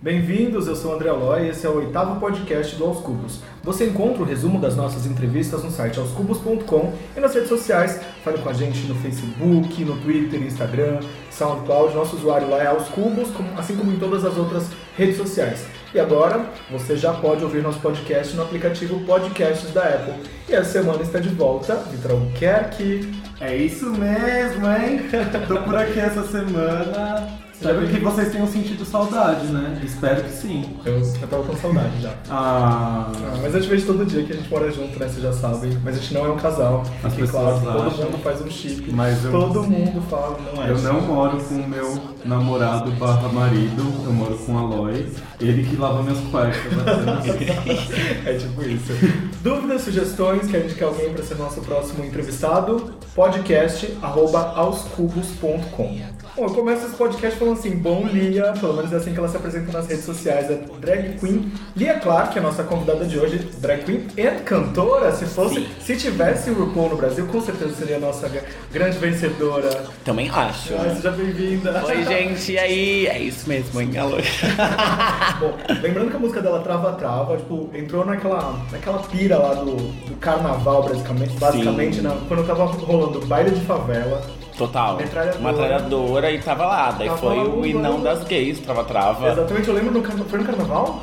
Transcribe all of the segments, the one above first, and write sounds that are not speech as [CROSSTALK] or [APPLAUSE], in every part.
Bem-vindos, eu sou o André Aloy e esse é o oitavo podcast do Aos Cubos. Você encontra o resumo das nossas entrevistas no site aoscubos.com e nas redes sociais. Fale com a gente no Facebook, no Twitter, Instagram, SoundCloud. Nosso usuário lá é Aos Cubos, como- assim como em todas as outras redes sociais. E agora, você já pode ouvir nosso podcast no aplicativo Podcasts da Apple. E essa semana está de volta Vitrão Kerk. É isso mesmo, hein? Tô por aqui essa semana. Espero que vocês tenham sentido saudade, né? Espero que sim. Eu já tava com saudade já. Ah, Ah, mas eu te vejo todo dia que a gente mora junto, né? Vocês já sabem. Mas a gente não é um casal. As Fique claro, pessoas todo acham. mundo faz um chip. Mas eu- Todo mundo fala, não é. eu não moro com o meu namorado barra marido, eu moro com a Aloy. Ele que lava minhas cuecas. [LAUGHS] apenas. [LAUGHS] É tipo isso. Dúvidas, sugestões, quer indicar alguém para ser nosso próximo entrevistado? Podcast arroba aoscubos.com. Bom, eu começo esse podcast falando assim, bom Lia, pelo menos é assim que ela se apresenta nas redes sociais, é drag queen. Lia Clark, é a nossa convidada de hoje, drag queen e cantora, se fosse, se tivesse o RuPaul no Brasil, com certeza seria a nossa gra- grande vencedora. Também acho. Ah, seja bem-vinda. Oi, gente, e aí? É isso mesmo, hein? Alô. Bom, lembrando que a música dela Trava Trava, tipo, entrou naquela, naquela pira lá do, do carnaval, basicamente. Basicamente, na- quando tava rolando baile de favela. Total. Metralhadora. Uma tralhadora e tava lá. Daí Tava foi lá, o E não das gays, trava-trava. Exatamente, eu lembro no carnaval. Foi no carnaval?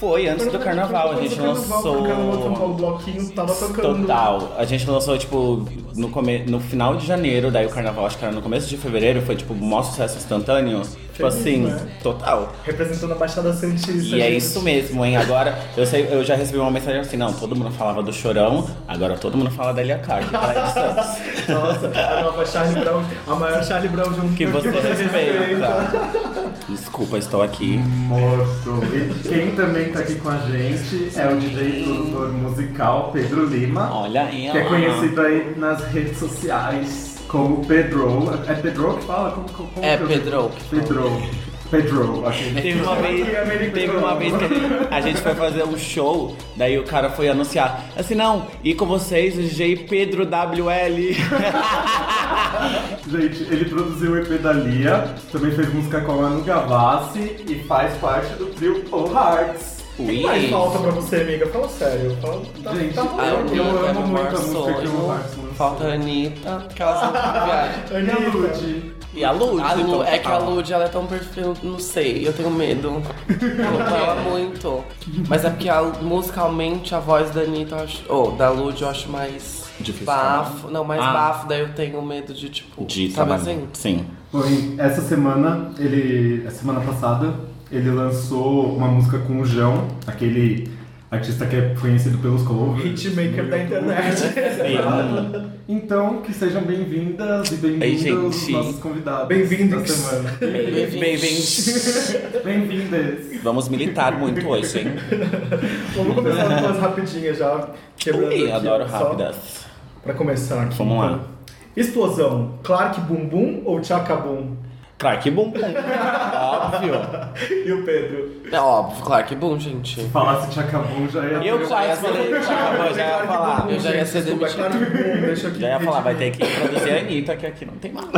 Foi Ah. antes Foi do no carnaval, a foi no gente carnaval, foi no Carnaval de São Paulo, o lançou. bloquinho tava tocando. Total. A gente lançou, tipo, no, come... no final de janeiro, daí o carnaval, acho que era no começo de fevereiro, foi, tipo, maior sucesso instantâneo. Tipo Feliz, assim, né? total. Representando a Baixada Santista. E é gente. isso mesmo, hein? Agora, eu, sei- eu já recebi uma mensagem assim, não, todo mundo falava do Chorão, agora todo mundo fala da Elia Tá, Clark, da Ed Santos. Nossa, a nova Charlie Brown, a maior Charlie Brown de um [LAUGHS] Que você respeita. Desculpa, estou aqui. Morto. E quem também tá aqui com a gente é o DJ e produtor musical Pedro Lima. Olha Que Ah. ela. é conhecido aí nas redes sociais como Pedro. É Pedro que fala? Como, como- como É que eu- Pedro. Pedro. Pedro, [LAUGHS] ok. Teve uma vez, teve uma vez que a gente- a gente foi fazer um show, daí o cara foi anunciar, assim, não, e com vocês o DJ Pedro WL. Gente, ele produziu o EP da Lia, também fez música com a Manu Gavassi e faz parte do trio All Hearts. Ui. Faz falta pra você, amiga. Fala sério. Fala, tá, Gente, tá eu- rolando. eu amo Kevin muito a música que o Marçonio, Março lançou. Falta a Anitta, aquelas viagens. E a Anitta. Lud. E a Lud. A Lu, então, é que a fala. Lud, ela é tão perfil, não sei, eu tenho medo. Eu amo ela muito. Mas é porque a- musicalmente a voz da Anitta, eu acho, ou da Lud, eu acho mais Difícil, bafo. Não, mais Ah. bafo, daí eu tenho medo de, tipo, De sabe trabalho. assim? Sim. Foi essa semana, ele. A semana passada, ele lançou uma música com o João, aquele artista que é conhecido pelos covers. Hitmaker da internet. Exato. [LAUGHS] Então, que sejam bem-vindas e bem-vindos gente. nossos convidados Bem-vindos. da semana. Bem-vindos. Bem-vindas. [LAUGHS] Vamos militar muito hoje, hein? Vamos começar com umas rapidinhas já. quebrando Ui, aqui, adoro só rápidas. Pra começar aqui. então. Vamos lá. Explosão, Clark Bum Bum ou Tchaka Bum? Crack bom. Óbvio. E o Pedro? É óbvio, claro que bom, gente. Falasse te acabou já ia. Eu quase falei, acabou, já ia falar. eu já ia ser Desculpa, é Clark Bum, deixa aqui. Já ia falar, vai ter que produzir a Anitta, que aqui não tem mais.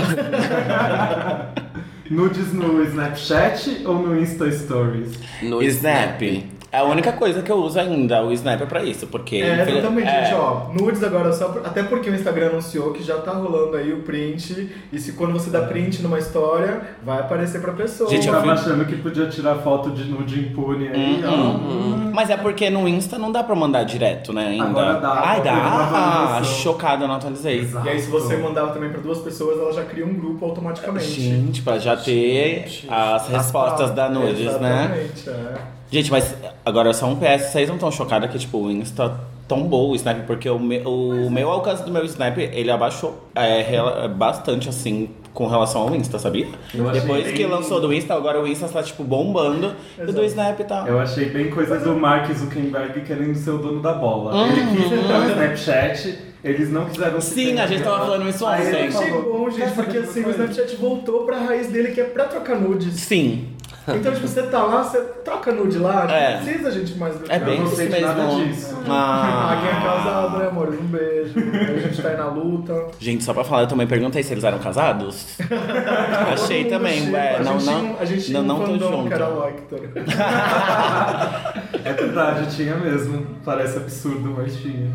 Nudes no Snapchat ou no Insta Stories? No Snap. É a única coisa que eu uso ainda, o Snap é pra isso, porque... É, infeliz- exatamente, é. gente, ó. Nudes agora só. por- Até porque o Instagram anunciou que já tá rolando aí o print. E se quando você dá print numa história, vai aparecer pra pessoa. Uhum. Gente, Eu eu tava vi- achando que podia tirar foto de nude impune aí, ó. Mas é porque no Insta não dá pra mandar direto, né, ainda. Agora dá, Ai, porque não dá dá. Ah, atualização. chocada, não atualizei. Exato. E aí, se você mandar também pra duas pessoas, ela já cria um grupo automaticamente. Gente, pra já ter as respostas da nudes, né? Ah, Exatamente, é. Gente, mas agora só um PS, vocês não estão chocados que, tipo, o Insta tombou o Snap, porque o, me- o meu alcance do meu Snap, ele abaixou é, rela- bastante, assim, com relação ao Insta, sabia? Eu achei Depois que bem- lançou do Insta, agora o Insta tá, tipo, bombando, e do Exato. Snap tá... Eu achei bem coisa do Mark Zuckerberg querendo ser o dono da bola. Ele quis entrar no Snapchat, eles não quiseram se Uhum. Sim, a gente entender. tava falando é isso Aí ele ontem. é Eu achei falou, bom, "Quer gente, saber porque de uma assim, o coisa?" Snapchat voltou pra raiz dele, que é pra trocar nudes. Sim. Então, tipo, você tá lá, você troca nude lá, É. não precisa, gente, mais do É que- bem não isso sei de mesmo. nada disso. [LAUGHS] Ah, quem é Ah, casado, né, amor? Um beijo. A gente tá aí na luta. Gente, só pra falar, eu também perguntei se eles eram [LAUGHS] casados. Achei Todo mundo também, chega, é, a não, gente não, tinha um- A gente tinha não, não um tô fandom que era junto. Loictor. É verdade, tinha mesmo. Parece absurdo, mas [LAUGHS] tinha.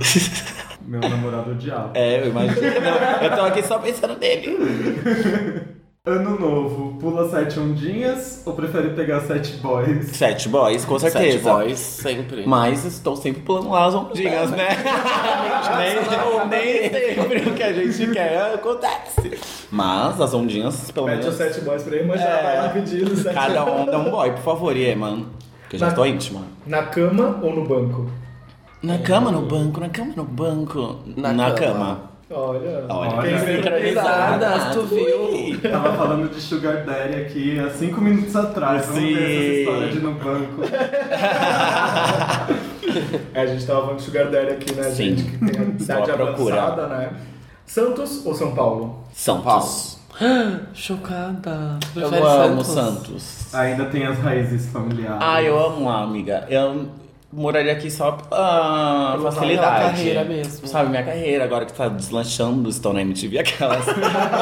Meu namorado odiava. É, eu imagino. Eu tô aqui só pensando nele. Ano novo, pula sete ondinhas ou prefere pegar sete boys? Sete boys, com certeza. Sete boys, sempre. Mas estou sempre pulando lá as ondinhas, né? [LAUGHS] nem, nem sempre o que a gente quer acontece. Mas as ondinhas, pelo Mete os menos. sete boys pra ele, mas já É. vai lá pedindo os sete. Cada onda é um boy, por favor, Eman. Porque eu já Mas- estou íntima. Na cama ou no banco? Na cama, no banco, na cama, no banco. Na cama. Olha. Olha. Quem Olha. sempre Sincronizadas, tu viu? Tava falando de Sugar Daddy aqui há cinco minutos atrás. Vamos ver essa Sim. história de ir no banco. É, a gente tava falando de Sugar Daddy aqui, né, Sim. gente? Que [LAUGHS] tem a idade à procura. avançada, né? Santos ou São Paulo? São Paulo. Paulo. Chocada. Eu Prefere amo Santos? Santos. Ainda tem as raízes familiares. Ah, eu amo lá, amiga. Eu moraria aqui só pela Pela facilidade. carreira mesmo. Sabe, minha carreira, agora que tá deslanchando, estão na MTV aquelas.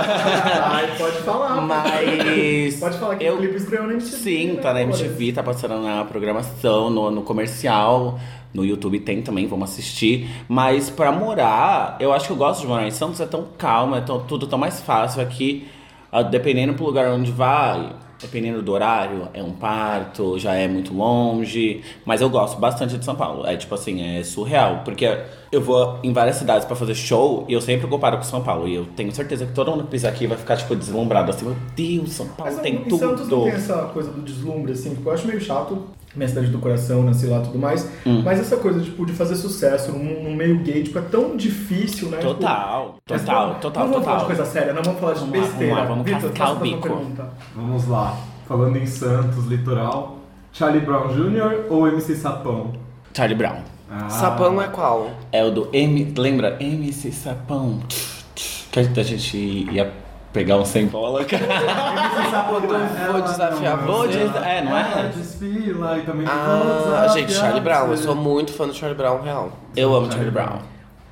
Ai, pode falar. Mas. Pode falar que eu o clipe estreou na MTV. Sim, né, tá na amor? MTV, tá passando na programação, no, no comercial, no YouTube tem também, vamos assistir. Mas pra morar, eu acho que eu gosto de morar em Santos, é tão calmo, é tão, tudo tão mais fácil aqui. ah, Dependendo pro lugar onde vai, dependendo do horário, é um parto, já é muito longe. Mas eu gosto bastante de São Paulo. É tipo assim, é surreal, porque eu vou em várias cidades pra fazer show e eu sempre comparo com São Paulo. E eu tenho certeza que todo mundo que pisar aqui vai ficar, tipo, deslumbrado. Assim, meu Deus, São Paulo Mas tem em tudo. Santos não tem essa coisa do deslumbre, assim, porque eu acho meio chato. Minha cidade do coração, nasci lá e tudo mais. Hum. Mas essa coisa, tipo, de fazer sucesso num, num meio gay, tipo, é tão difícil, né? Tipo, Total, mas total, vamos- total, Não vamos falar de total. coisa séria, não vamos falar de Vamos lá, besteira. vamos lá, vamos Vitor, cascar faça o a sua bico. pergunta. Vamos lá. Falando em Santos, litoral. Charlie Brown Jr. ou MC Sapão? Charlie Brown. Ah, Sapão é qual? É o do M. Lembra? MC Sapão. Que a gente ia pegar um sem bola, cara. MC Sapão Vou- é vou ela, não, desafiar, é vou você. des- é, não é? Ela Desfila e também vou Ah, desafiar gente, Charlie Brown. Eu você. sou muito fã do Charlie Brown, real. Eu amo Charlie Brown.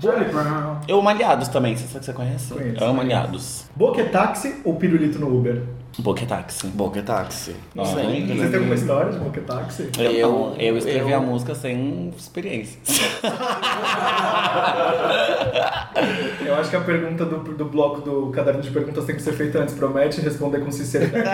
Charlie Brown. [LAUGHS] Eu amo Aliados também, você sabe que você conhece? Conheço, Eu amo conheço. Aliados. Um é Boquetaxi é ou pirulito no Uber? Boquetaxi. Boca Táxi. Ah, Sim. hein? Vocês têm alguma história de é boquetaxi? Eu, eu, Eu- escrevi eu- a música sem experiência. Eu acho que a pergunta do, do bloco do caderno de perguntas tem que ser feita antes. Promete responder com sinceridade.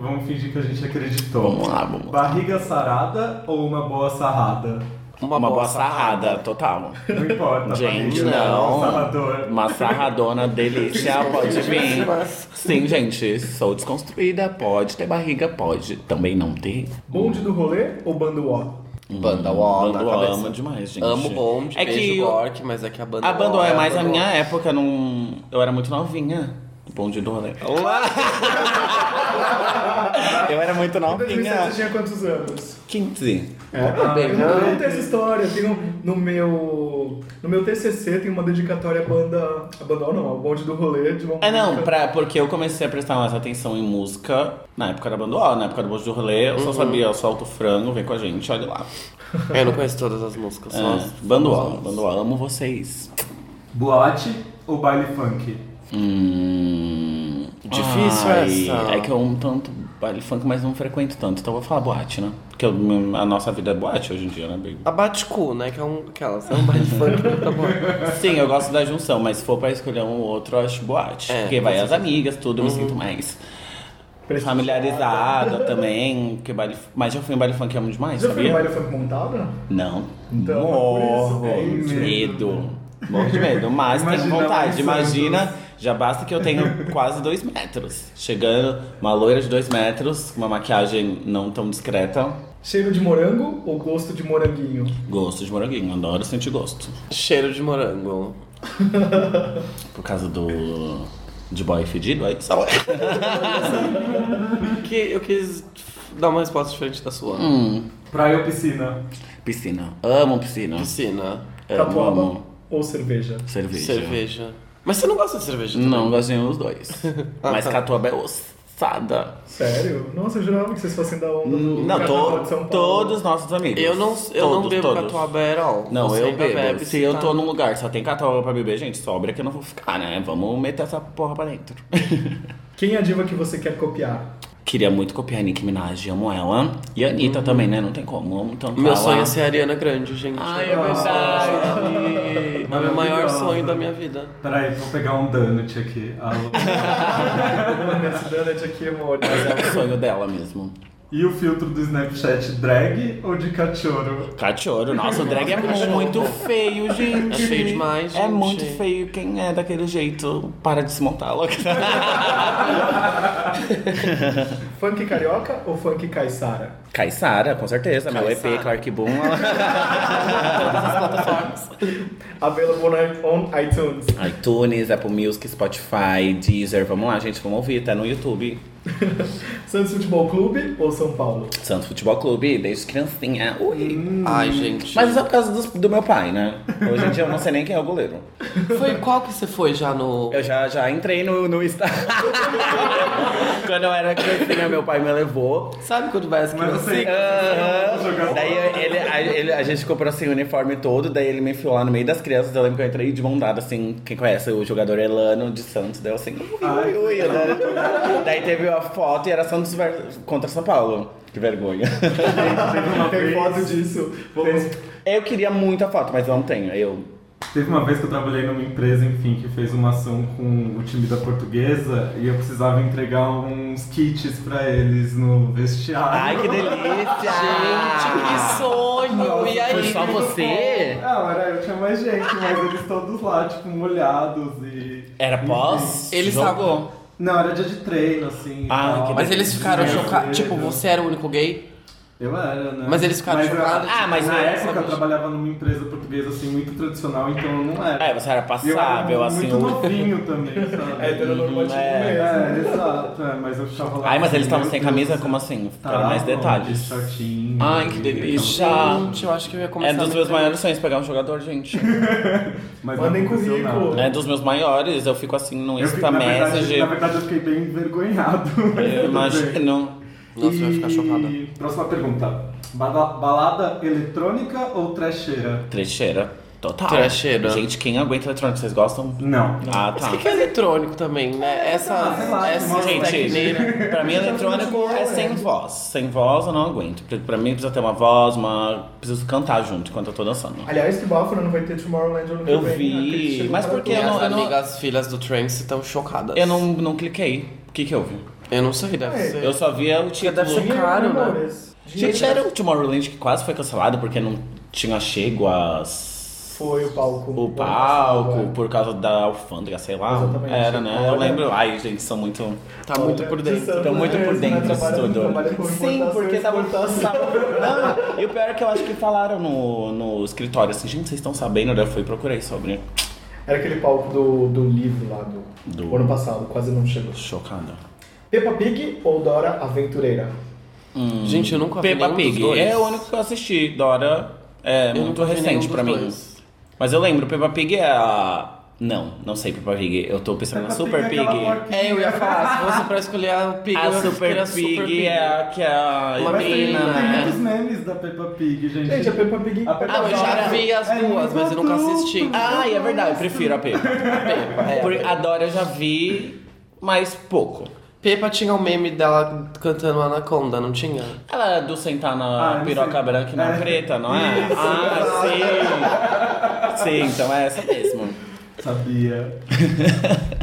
Vamos fingir que a gente Vamos acreditou. lá, vamos lá. Barriga sarada ou uma boa sarrada? Uma, boa sarrada, total. Não importa. barriga, Gente, né? Um não. Sarrador. Uma sarradona delícia, pode vir. Sim, gente, sou desconstruída, pode ter barriga, pode também não ter. Bonde do rolê ou bando O? Tá. Banda Wall na Bando Uhum. Wall, cabeça. amo demais, gente. Amo bonde, É beijo que Gork, mas é que a banda a Bando Wall é mais a Banda minha Wall. época, não... eu era muito novinha. Bonde do rolê. [LAUGHS] eu era muito Em 2007 você novinha. tinha quantos anos? 15. Ah, bem, Eu né? não conto essa história. Eu tenho no meu no meu TCC tem uma dedicatória à banda, à banda O não, ao bonde do rolê de uma É não, música- pra, porque eu comecei a prestar mais atenção em música na época da Bando Ó, na época do Bonde do Rolê, eu Uhum. só sabia, eu solto o frango, vem com a gente, olha lá. Eu não conheço todas as músicas, só as- É, Bando Ó, Bando Ó, amo vocês. Boate ou baile funk? Hum, Difícil ai, essa. É que eu amo tanto baile funk, mas não frequento tanto. Então eu vou falar boate, né? Porque eu- a nossa vida é boate hoje em dia, né, baby? A Baticu, né? Que é um, aquelas, é um [LAUGHS] baile funk tá bom. Sim, eu gosto da junção, mas se for pra escolher um ou outro, eu acho boate. É, porque com vai as amigas, tudo, eu me sinto mais familiarizada também. Porque baile, mas já fui em baile funk, eu amo demais, Já foi no sabia? baile funk montada? Não. Então, Morro é por isso, de é medo. Morro de medo, mas tenho Imagina, mas é vontade. Santos. Imagina, já basta que eu [LAUGHS] tenho quase dois metros. Chegando, uma loira de dois metros, com uma maquiagem não tão discreta. Cheiro de morango ou gosto de moranguinho? Gosto de moranguinho, adoro sentir gosto. Cheiro de morango. Por causa do. de boy fedido, é aí só. Que eu quis dar uma resposta diferente da sua. Hum, Praia ou piscina? piscina. Amo piscina. Piscina. Amo, Catuaba amo. ou cerveja? Cerveja. Cerveja. Mas você não gosta de cerveja? [LAUGHS] Não, gosto de nenhum dos dois. Mas catuaba é osso. passada. Sério? Nossa, eu jurava que vocês fossem da onda do Não, Carnaval to- de São Paulo. todos os nossos amigos. Eu não, eu não Todos, bebo todos. catuaba Herol. Não, Você eu ainda bebo. bebe, Se você eu tá- tô num lugar que só tem catuaba pra beber, gente, sobra que eu não vou ficar, né? Vamos meter essa porra pra dentro. Quem é a diva que você quer copiar? [LAUGHS] Queria muito copiar a Nicki Minaj, amo ela. E a Anitta também, né? Não tem como, amo tanto Uhum. Meu ela. sonho é ser a Ariana Grande, gente. Ai, é verdade. É o maior sonho da minha vida. Peraí, vou pegar um donut aqui. Alô. [LAUGHS] Nesse donut aqui, amor. Mas é o sonho dela mesmo. e o filtro do Snapchat drag ou de cachorro? Cachorro, nossa, o drag é muito feio, gente. É feio demais, É gente. muito feio quem é daquele jeito. Para de se montar logo. Funk carioca ou funk caiçara? Caissara, com certeza. Meu EP, Caissara. Clark Boom. Available on on iTunes. iTunes, Apple Music, Spotify, Deezer. Vamos lá, gente, vamos ouvir. Tá no YouTube. Santos Futebol Clube ou São Paulo? Santos Futebol Clube, desde criancinha. Ui. Ai, gente. Mas isso é por causa dos- do, meu pai, né? Hoje em dia eu não sei nem quem é o goleiro. Foi qual que você foi já no. Eu já, já entrei no, no Insta. [LAUGHS] Quando eu era criancinha, meu pai me levou. Sabe quando vai as Mas eu sei. criancinhas? Aham. Daí ele, a, ele- a gente comprou assim o uniforme todo, daí ele me enfiou lá no meio das crianças. Eu lembro que eu entrei de mão dada, assim, quem conhece o jogador Elano de Santos, daí eu assim, ui, ui, ui. eu dei- Daí teve a foto e era Santos ver- contra São Paulo. Que vergonha. [LAUGHS] Teve uma Tem foto vez- disso. Vamos. Eu queria muito a foto, mas eu não tenho. Eu. Teve uma vez que eu trabalhei numa empresa, enfim, que fez uma ação com o time da portuguesa e eu precisava entregar uns kits pra eles no vestiário. Ai, [LAUGHS] que delícia! Gente, que sonho! E aí? Ah. Foi só você? Não, era Ah, eu, tinha mais gente, mas eles todos lá, tipo, molhados e... Era pós? Enfim. Ele Jogo? estavam. Não, era dia de treino, assim. Ah, tal. que Mas eles ficaram Sim, chocados. cedo. Tipo, você era o único gay? Eu era, né? Mas eles ficaram eu- chocados? Ah, mas na eu- época eu trabalhava numa empresa portuguesa, assim, muito tradicional, então eu não era. É, você era E eu era passável, assim. Muito o- novinho [LAUGHS] também, sabe? É heteronormativo mesmo. É, exato, é, mas eu ficava lá. Ai, mas eles assim, estavam meu sem Deus camisa, do como céu. assim? Quero Tá, mais De detalhes. shortinho. Ai, que e- delícia. Gente, eu acho que eu ia começar. É a dos me meus tremer. maiores sonhos pegar um jogador, gente. Mas Mandem não aconteceu currículo. nada. É dos meus maiores, eu fico assim no Eu Insta fiquei- na, verdade, Messenger. na verdade, eu fiquei bem envergonhado. mas Eu [LAUGHS] tudo bem. imagino. Nossa, eu ia ficar chocada. E Próxima pergunta. Bala- Balada eletrônica ou trecheira? Trecheira. Total. Trecheira. Gente, quem aguenta eletrônico? Vocês gostam? Não. Ah, Mas [LAUGHS] tá. o que que é eletrônico também, né? Essa, sei lá, essa tem uma- tecneira. Gente, pra mim eletrônico é sem voz. Sem voz eu não aguento. Porque Pra mim precisa ter uma voz, uma. Preciso cantar junto enquanto eu tô dançando. Aliás, que bafo, né? não vai ter Tomorrowland ano que Eu vem, vi, né? Que chegou mas para por que tudo. eu Minhas não- eu não- amigas, filhas do Trance, estão chocadas. Eu não, não cliquei. O que que houve? Eu não sei, deve É. ser. Eu tipo só via o título. deve ser Dinheiro, caro, né? amores? Dinheiro. Gente, era o Tomorrowland que quase foi cancelado porque não tinha chego às. Foi o palco. O Ano passado, palco, é. por causa da alfândega, sei lá. Exatamente. Era, né? Eu Olha. lembro. Ai, gente, são muito. Tá muito por dentro. Estão muito por dentro disso tudo. Sim, porque tá [LAUGHS] Não, e o pior é que eu acho que falaram no, no escritório assim, gente, vocês estão sabendo? Eu fui e procurei sobre. né? Era aquele palco do, do livro lá do, Do- ano passado, quase não chegou. Chocada. Peppa Pig ou Dora Aventureira? Gente, eu nunca vi Peppa nenhum dos Pig dois. é o único que eu assisti. Dora é Eu muito nunca vi nenhum recente dos pra mim. dois. Mas eu lembro, Peppa Pig é a. Não, não sei Peppa Pig. Eu tô pensando na Peppa Super Pig é Pig. aquela porquinha. É, eu ia falar, se fosse pra escolher a Pig, A eu escolheria Super a Pig é a que é a Uma Mas tem, menina, tem né? muitos memes da Peppa Pig, gente. Gente, a Peppa Pig. A Peppa Ah, eu já Dora vi as é duas, muito mas eu nunca adulto. assisti. Ah, é verdade, eu prefiro a Peppa. É. Porque a Dora eu já vi, mas pouco. Peppa tinha o meme dela cantando Anaconda, não tinha? Ela é do sentar na Ah, não piroca sei. branca e na É. preta, não é? Isso, ah, sim! Sim, então é essa mesmo. [LAUGHS] Sabia.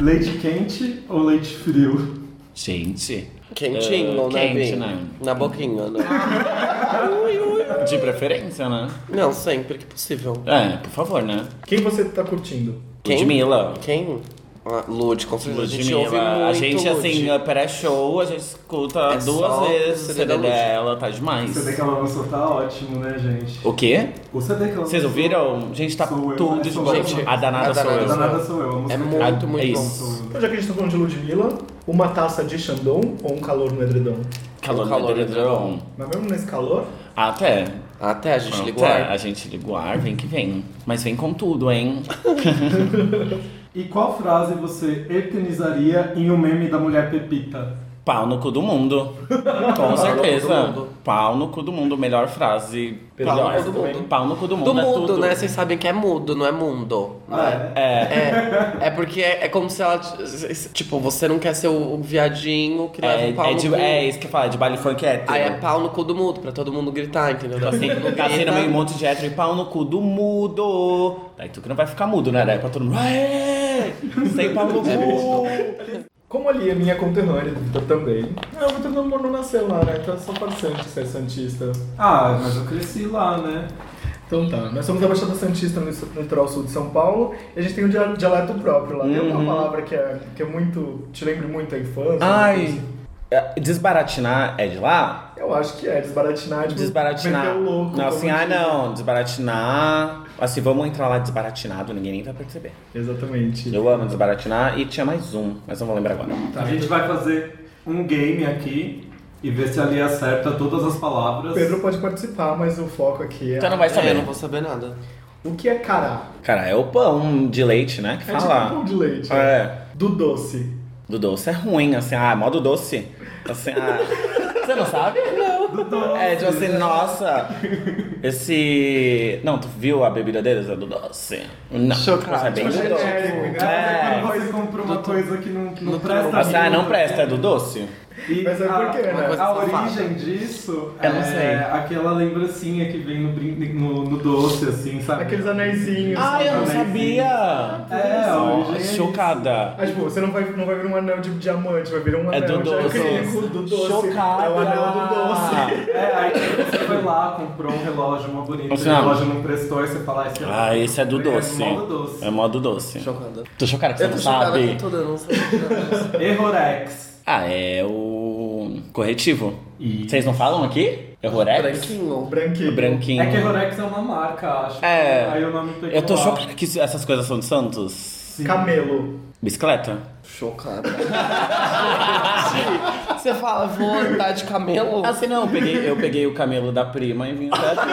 leite quente ou leite frio? Gente. Quentinho, Ah, né, quente, Vim? né? Na boquinha, né? De preferência, né? não, sempre que possível. É, por favor, né? Quem você tá curtindo? Quem? Ludmilla. Quem? Ah, Lud, com certeza. A gente ouve muito Ludmilla. A gente, Lud. assim, pré-show, a gente escuta É só duas vezes o CD CD da Lud. dela, tá O demais. CD que ela lançou tá ótimo, né, gente? O quê? O CD que ela Vocês lançou- ouviram? Gente, tá Sou eu, tudo é, de sou bom. eu. A danada A sou danada eu. sou eu. Danada sou eu. A música É que- muito, é muito isso. bom. Sou eu. Então, já que a gente tá falando de Ludmilla, uma taça de Xandão ou um calor no edredom? Calor, O calor do edredom. Mas mesmo nesse calor, Até. Até a gente Até ligou. a gente ligou o ar, vem que vem. Mas vem com tudo, hein? E qual frase você eternizaria em um meme da mulher Pepita? Pau no cu do [LAUGHS] mundo. Com certeza. Pau no cu do mundo, melhor frase. Pau no melhor. cu do mundo. Pau no cu do mundo. Do é mundo, tudo. né? Vocês sabem que é mudo, não é mundo. Ah, é? É. É, é porque é, é como se ela. Tipo, você não quer ser o, o viadinho que leva É, um o pau é no de- cu. é isso que eu falo, é de baile funk hétero. Aí é pau no cu do mudo, pra todo mundo gritar, entendeu? [LAUGHS] Então, assim, Todo mundo tá grita. sendo meio um monte de hétero e pau no cu do mudo. Daí tu que não vai ficar mudo, né? Daí pra todo mundo. "Aê! Sem pau É no cu! Como ali é minha conterrânea, do Vitor também. Ah, o Vitor não, não nasceu lá, né? Então é só parçante ser Santista. Ah, mas eu cresci lá, né? Então tá, nós somos a Baixada Santista no no litoral sul de São Paulo e a gente tem um dia- dialeto próprio lá. Tem uma Uhum. palavra que é, que é muito. te lembra muito a infância. assim. Ai. Desbaratinar é de lá? Eu acho que é, desbaratinar. Tipo, Desbaratinar. meter o louco, não, como assim, ah diz. né? não, desbaratinar. Assim, vamos entrar lá desbaratinado, ninguém nem vai perceber. Exatamente. Eu amo desbaratinar e tinha mais um, mas não vou lembrar agora. Tá. A gente vai fazer um game aqui e ver se ali acerta todas as palavras. O Pedro pode participar, mas o foco aqui é. Então não vai Eu saber. não vou saber nada. O que é cará? Cara, é o pão de leite, né? Que É tipo um fala. pão de leite. né? É. Do doce. Do doce é ruim, assim, ah, modo doce. Assim, ah. Você não sabe? Do doce. É, tipo assim, nossa. Esse. Não, tu viu a bebida deles? É do doce. Não. Chocolate. Isso É bem do Tipo, doce. genérico, né? É, É. quando você compra uma coisa que não, que não presta. Assim, ah, não muito. presta, é do doce? E Mas é a, por quê, né? a Uma coisa origem disso Eu não é sei. aquela lembrancinha que vem no, brin- no, no doce, assim, sabe? Aqueles anéisinhos. Ah, eu não Também É, sabia! a origem é Nossa, isso. chocada. Ah, tipo, você não vai, não vai vir um anel de diamante, vai vir um É anel do de doce. acrílico, do doce. Chocada. É o anel do doce. É, aí você foi lá, comprou um relógio, uma bonita, Assim, o ah, relógio não prestou, e você fala, "Ah, esse Ah, esse é do doce. É modo doce. É modo doce. Chocada. Tô chocada que você Eu não tô chocada sabe. com tudo, eu não sei. nada. É. Errorex. Ah, é o corretivo. E- Vocês não falam aqui? É Rorex? Branquinho. Branquinho. Branquinho. É que Errorex é uma marca, acho. É. Aí o nome pegou Eu tô lá. chocada que isso- essas coisas são de Santos. Sim. Camelo. Bicicleta? Chocada. [LAUGHS] Você fala, vou andar de camelo? Assim, não, eu peguei, eu peguei o camelo da prima e vim até aqui.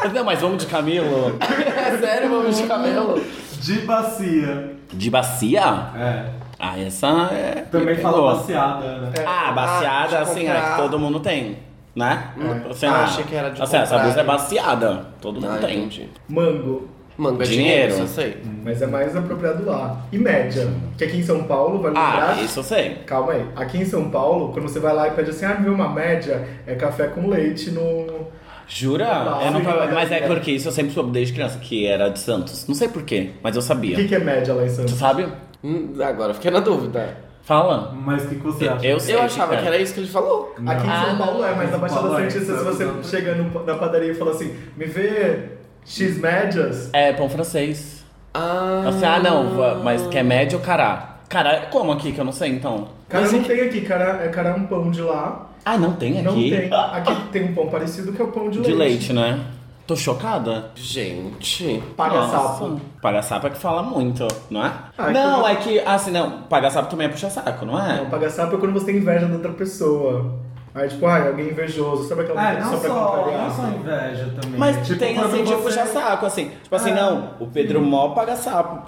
[LAUGHS] Não, mas vamos de camelo. [LAUGHS] É sério, vamos de camelo? De bacia. De bacia? É. Ah, essa é. Também me fala pegou. baciada, né? Ah, baciada, Ah, de assim, comprar. é que todo mundo tem, né? Assim, Ah, achei que era de Assim, essa comprar. blusa é baciada, todo mundo Ah, tem. entendi. Mango. Manga é Dinheiro. dinheiro, isso eu sei. Mas é mais apropriado lá. E média. Que aqui em São Paulo, vai Ah, lembrar. isso eu sei. Calma aí. Aqui em São Paulo, quando você vai lá e pede assim, ah, me vê uma média, é café com leite no. Jura? Nossa, Eu nunca- que Mas é maravilha. porque isso eu sempre soube desde criança, que era de Santos. Não sei porquê, mas eu O que, sabia. que é média lá em Tu Santos? sabe? Hum, Agora, fiquei na dúvida. Fala. Mas o que, que você acha? Eu sei. Eu achava que é. era isso que ele falou. Não. Aqui em Ah, São Paulo é, mas na São Baixada Paulo é, Santista, se Santos você não. chega no- na padaria e fala assim, me vê X médias, É pão francês. Ah, Assim, ah, não, va- mas que é médio ou cará? Cará, é como aqui que eu não sei então? cara não tem aqui, cara, é, cara é um pão de lá, Ah, não tem aqui? não tem. Aqui tem um pão parecido que é o pão de, De leite, né? Tô chocada. Gente. Paga Nossa. sapo. Paga sapo é que fala muito, não é? Ah, é não, que eu- é que, assim, não, paga sapo também é puxa saco, não é? Não, paga sapo é quando você tem inveja da outra pessoa. Aí tipo, ai, alguém invejoso, sabe aquela Ah, pessoa não pra tá só, contrariar? não só inveja também. Mas Tipo, tem quando assim de você- puxar saco, assim. Tipo assim, Ah, não, o Pedro mó paga sapo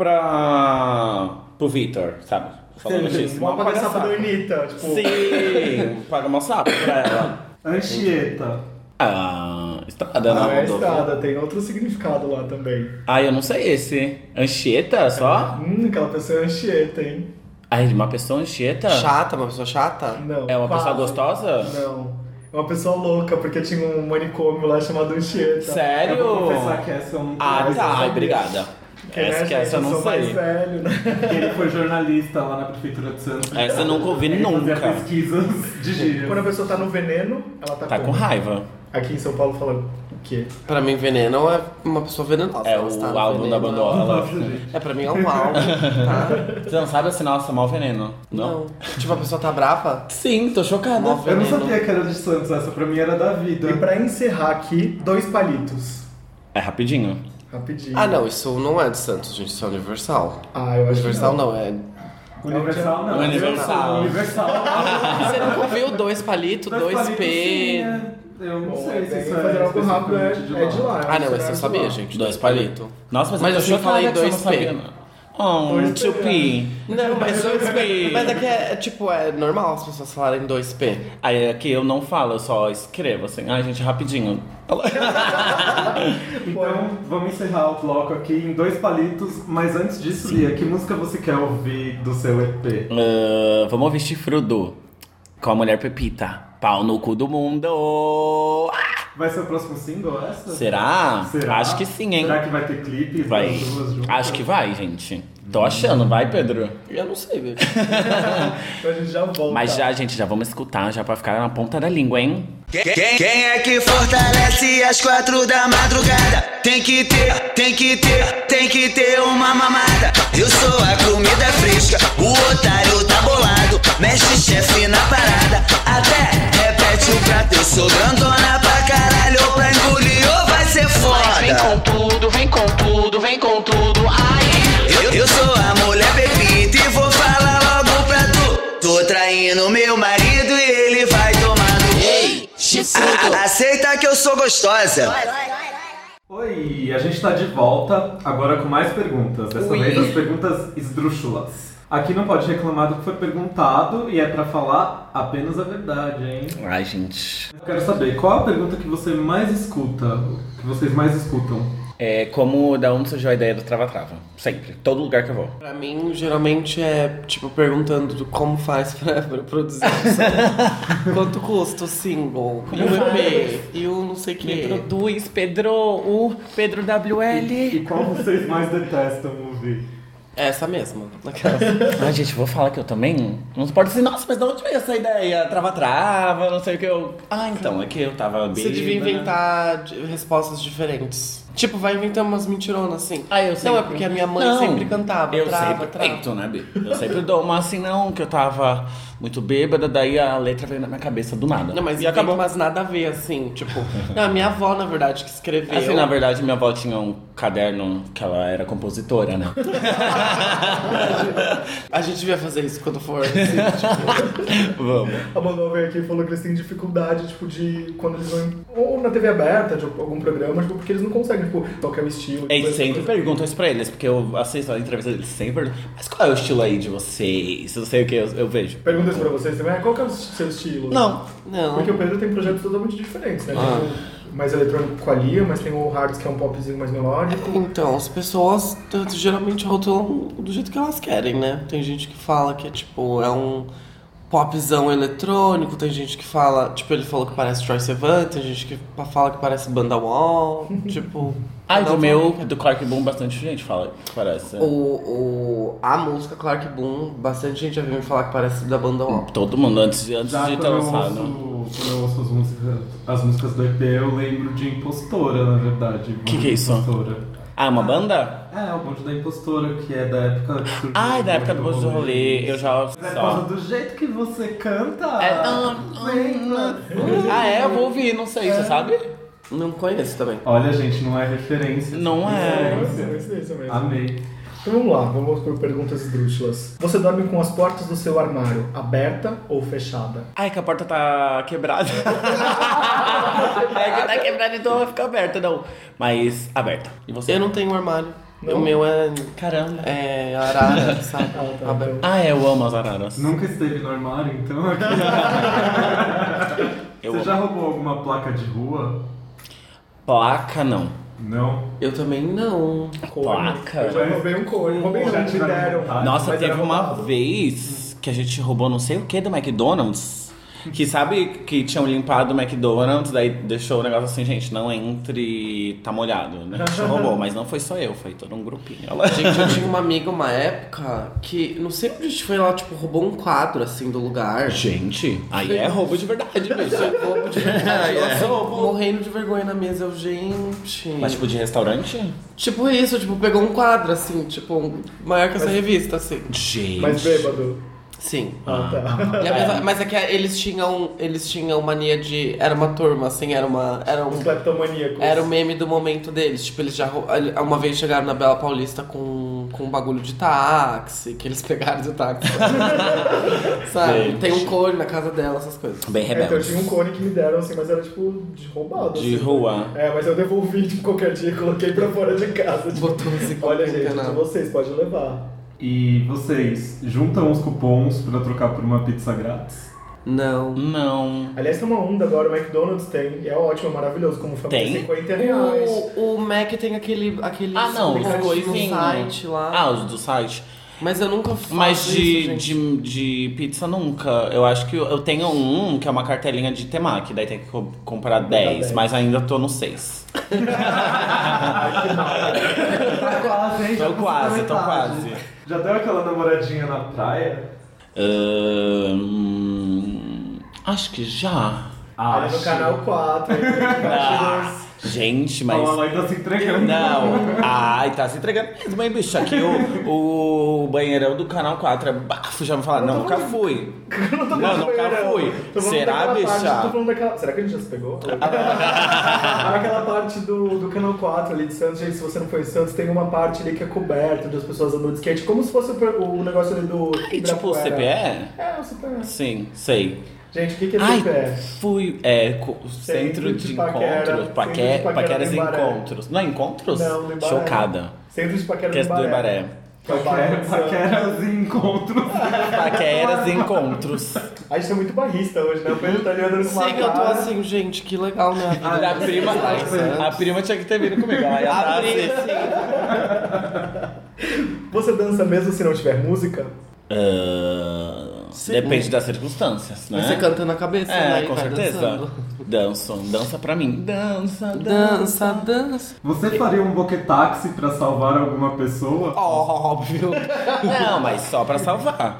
pra. pro Vitor, sabe? Falando Sim, disso. Tipo, Uma paga sapo da Anitta, tipo... Sim, paga mó sapo pra ela. Anchieta. Ah, estrada, Não não. é Rodolfo? estrada, tem outro significado lá também. Ah, eu não sei esse. Anchieta só? Hum, aquela pessoa é anchieta, hein? Ai, de uma pessoa Ah. anchieta? Chata, uma pessoa chata? Não. É uma pessoa quase. gostosa? Não. É uma pessoa louca, porque tinha um manicômio lá chamado Anchieta. Sério? Eu vou confessar que essa é um eu não Ah, conheço. tá. Ai, obrigada. Que, né, Essa que é gente, essa eu não sou mais sei. velho, né? Porque ele foi jornalista lá na prefeitura de Santos. Essa eu nunca ouvi Ele fazia nunca. pesquisas de Quando a gírias. pessoa tá no veneno, ela tá, Tá com como? raiva. Aqui em São Paulo fala o quê? Pra mim, veneno é uma pessoa venenosa. É ela o está no álbum da veneno. Bandola. É, pra mim é um [LAUGHS] álbum, tá? Você não sabe assim, nossa, mal veneno. Não? Tipo, a pessoa tá brava? Sim, tô chocada. Mó É, Eu não veneno. sabia que era de Santos, essa pra mim era da vida. E pra encerrar aqui, dois palitos. É rapidinho. Rapidinho. Ah, não, isso não é de Santos, gente, isso é universal. Ah, eu acho que Universal não. não, é. Universal não. Universal. Universal. Você nunca ouviu dois palitos, [LAUGHS] dois, palitos, P. sim, é. Eu não Bom, sei é se bem, isso fazer é algo rápido é, especificamente é de lá. Ah, não, isso esse é eu de sabia, lá. gente. Dois palitos. Nossa, mas, Mas eu eu tô sempre chocada falei que você não dois P. sabia. não. Oh, Tupi. Não, mas 2P. 2P. Mas é que é, é, tipo, é normal as pessoas falarem 2P. Aí aqui eu não falo, eu só escrevo assim. Ai, gente, rapidinho. Então, vamos encerrar o bloco aqui em dois palitos, mas antes disso, Lia, que música você quer ouvir do seu EP? Ah, vamos ouvir chifrudo com a mulher Pepita. Pau no cu do mundo! Ah! Vai ser o próximo single essa? Será? Será? Acho que sim, hein? Será que vai ter clipe Vai. das duas juntas? Acho que vai, gente. Tô achando, vai, Pedro. Eu não sei, velho. Então a gente já volta. Mas já, gente, já vamos escutar, já pra ficar na ponta da língua, hein? Quem, quem é que fortalece às quatro da madrugada? Tem que ter, tem que ter, tem que ter uma mamada. Eu sou a comida fresca, o otário tá bolado. Mestre chefe na parada, até repete o prato. Eu sou grandona pra caralho, ou pra engolir ou vai ser Vem foda. com tudo, vem com tudo, vem com tudo. Aí, Eu, eu sou a mulher bebida e vou falar logo pra tu. Tô traindo meu marido e ele vai tomar no. Ei, aceita que eu sou gostosa. Oi, a gente tá de volta agora com mais perguntas. Dessa vez as perguntas esdrúxulas. Aqui não pode reclamar do que foi perguntado e é pra falar apenas a verdade, hein? Ai, gente. Eu quero saber qual a pergunta que você mais escuta, que vocês mais escutam. É como da onde surgiu a ideia do trava-trava. Sempre. Todo lugar que eu vou. Pra mim, geralmente é tipo perguntando do como faz pra, [LAUGHS] pra produzir. [LAUGHS] Quanto custa o single? E o EP? E o não sei o que. produz, Pedro, o Pedro WL. E qual vocês mais detestam ouvir? Essa mesma. [LAUGHS] Naquela. Ai, gente, vou falar que eu também. Não suporto assim, nossa, mas de onde veio essa ideia? Trava-trava, não sei o que eu. Ah, então, é que eu tava bem. Você devia inventar de- respostas diferentes. Tipo, vai inventando umas mentironas assim. Ah, eu Não, sempre- é porque a minha mãe Não. sempre cantava. Eu trava, sempre trava. tento, né, Bi? Eu sempre dou uma assim, não, que eu tava muito bêbada, daí a letra veio na minha cabeça do nada. Não, mas e acabou. mas nada a ver, assim, [LAUGHS] tipo. Não, a minha avó, na verdade, que escreveu. Assim, na verdade, minha avó tinha um caderno que ela era compositora, [LAUGHS] né? A gente devia fazer isso quando for. assim, tipo, Vamos. A Manuel veio aqui e falou que eles têm dificuldade, tipo, de quando eles vão. em- Ou na TV aberta, de algum programa, tipo, porque eles não conseguem, tipo, qual que é o estilo. tipo, Eles essa sempre coisa. perguntam isso pra eles, porque eu assisto a entrevista deles sempre perguntam, mas qual é o estilo aí de vocês? Eu sei o que eu, eu vejo. Pergunta isso pra vocês também, ah, qual que é o seu estilo? Não. [LAUGHS] não. Porque o Pedro tem projetos totalmente diferentes, né? Ah. Tem o mais eletrônico com a Lia, mas tem o Hards, que é um popzinho mais melódico. Então, as pessoas t- geralmente rotulam do jeito que elas querem, né? Tem gente que fala que é tipo, é um popzão eletrônico, tem gente que fala, tipo, ele falou que parece Troy Sivan, tem gente que pa- fala que parece Banda [LAUGHS] Wall, tipo. Ah, e cada do um meu, fala do Clark Boom, bastante gente fala que parece. que- O, o, a música Clark Boom, bastante gente já veio me falar que parece da Banda Wall. Todo mundo antes, de- antes Já de quando ter eu, lançado. ouço, quando eu ouço as músicas, as músicas do EP, eu lembro de Impostora, na verdade. Que que é isso? Impostora. Ah, uma banda? É, o bonde da Impostora, que é da época que surgiu Ah, é da o época do Bolso Rolê, eu já Mas é por só. causa do jeito que você canta. É, ah, Ah, é? Eu vou ouvir, não sei, você sabe? Não conheço também. Olha, gente, não é referência. Não é. É, é isso mesmo. Amei. Então vamos lá, vamos por perguntas esdrúxulas. Você dorme com as portas do seu armário aberta ou fechada? Ai, que a porta tá [LAUGHS] quebrada. Ai, que tá quebrada, então vai ficar aberta, não. Mas aberta. E você? Eu não tenho armário. Não? O meu é, Caramba. é arara, [LAUGHS] sabe? Ah, tá, Aberto. então- Ah, é, eu amo as araras. Nunca esteve no armário, então. [LAUGHS] Eu você amo. já roubou alguma placa de rua? Placa, não. Não. Eu também não. Cone. Placa. Eu já roubei um cone. Roubei, já te deram. né? Nossa, Mas teve era uma roubado. vez que a gente roubou não sei o que do McDonald's. Que sabe que tinham limpado o McDonald's, daí deixou o negócio assim, gente, não entre, tá molhado, né? A gente roubou, mas não foi só eu, foi todo um grupinho. Ela... Gente, eu tinha uma amiga uma época que não sei onde a gente foi, ela tipo roubou um quadro assim do lugar. Gente, aí é roubo de verdade, bicho. Roubo de verdade, ela só morrendo de vergonha na mesa, eu, gente. Mas tipo de restaurante? Tipo isso, tipo, pegou um quadro assim, tipo, um- maior que essa revista, assim. Gente. Mas bêbado. Sim. Ah, tá. E a mesa- mas é que eles tinham. Eles tinham mania de. Era uma turma, assim, era uma. Era um Os cleptomaníacos. Era o meme do momento deles. Tipo, eles já. rou- Uma vez chegaram na Bela Paulista com, com um bagulho de táxi, que eles [LAUGHS] pegaram do táxi. Sabe? Gente. Tem um cone na casa dela, essas coisas. Bem É, então eu rebeldes. tinha um cone que me deram, assim, mas era tipo de roubado. De assim. rua. É, mas eu [LAUGHS] devolvi de qualquer dia e coloquei pra fora de casa. Tipo, Botou uns 50 olha, gente, na- de vocês, pode levar. E vocês juntam os cupons pra trocar por uma pizza grátis? Não. Não. Aliás, tem uma onda agora, o McDonald's tem, e é ótimo, é maravilhoso, como família, Tem? 50 reais. O, o Mac tem aquele, aquele Ah, não, os aplicativo coisinhos. site lá. Ah, os do site. Mas eu nunca faço Mas isso, de, gente. de, de pizza nunca. Eu acho que eu- eu tenho um que é uma cartelinha de temaki, daí tem que co- comprar 10, dez. mas ainda tô no 6. Tá quase, hein? Tô Já passou da quase, tô metade. quase. Já deu aquela namoradinha na praia? Ahn, acho que já. Olha no canal 4. [LAUGHS] Ah, gente, Mas... mas. Ela ainda se entregando. [LAUGHS] Não, ai, tá se entregando mesmo, hein, bicho? Aqui o, o banheirão do Canal 4 é bafo, já me falaram. Não, nunca fui. não, tô Não, falando do nunca banheirão. fui. Tô falando Será, Ah. daquela parte, bicha? tô falando daquela- Será que a gente já se pegou? [LAUGHS] Aquela parte do, do canal 4 ali de Santos, gente, se você não foi em Santos, tem uma parte ali que é coberta, onde as pessoas andam de skate, como se fosse o, per- o negócio ali do. E tipo, o Ibirapuera. CPE? É, o CPE. Sim, sei. Gente, o que, que é Ai, CPE? fui. É, co- centro de, de Paquera, encontros. centro Paque, de Paquera paqueras do e Ibaré. encontros. Não é encontros? Não, do Ibaré. Chocada. Centro de paquera Que é do do Baré. Ibaré. Que é o bairro de Santos. Paquera, paquera os encontros. Paqueras e [LAUGHS] encontros. A gente é muito barrista hoje, né? O Pedro tá ali andando com uma Sei que eu tô cara. assim, gente, que legal, né? E A prima, né? a prima tinha que ter vindo comigo. Ela ia dar assim. Você dança mesmo se não tiver música? Ah, [LAUGHS] Sim. depende das circunstâncias, né? Mas um Você canta na cabeça, É, né? E com vai certeza. dançando. Dançam, dança pra mim. Dança, dança. Dança, dança. Você faria um boquetáxi pra salvar alguma pessoa? Óbvio. Não, mas só pra salvar.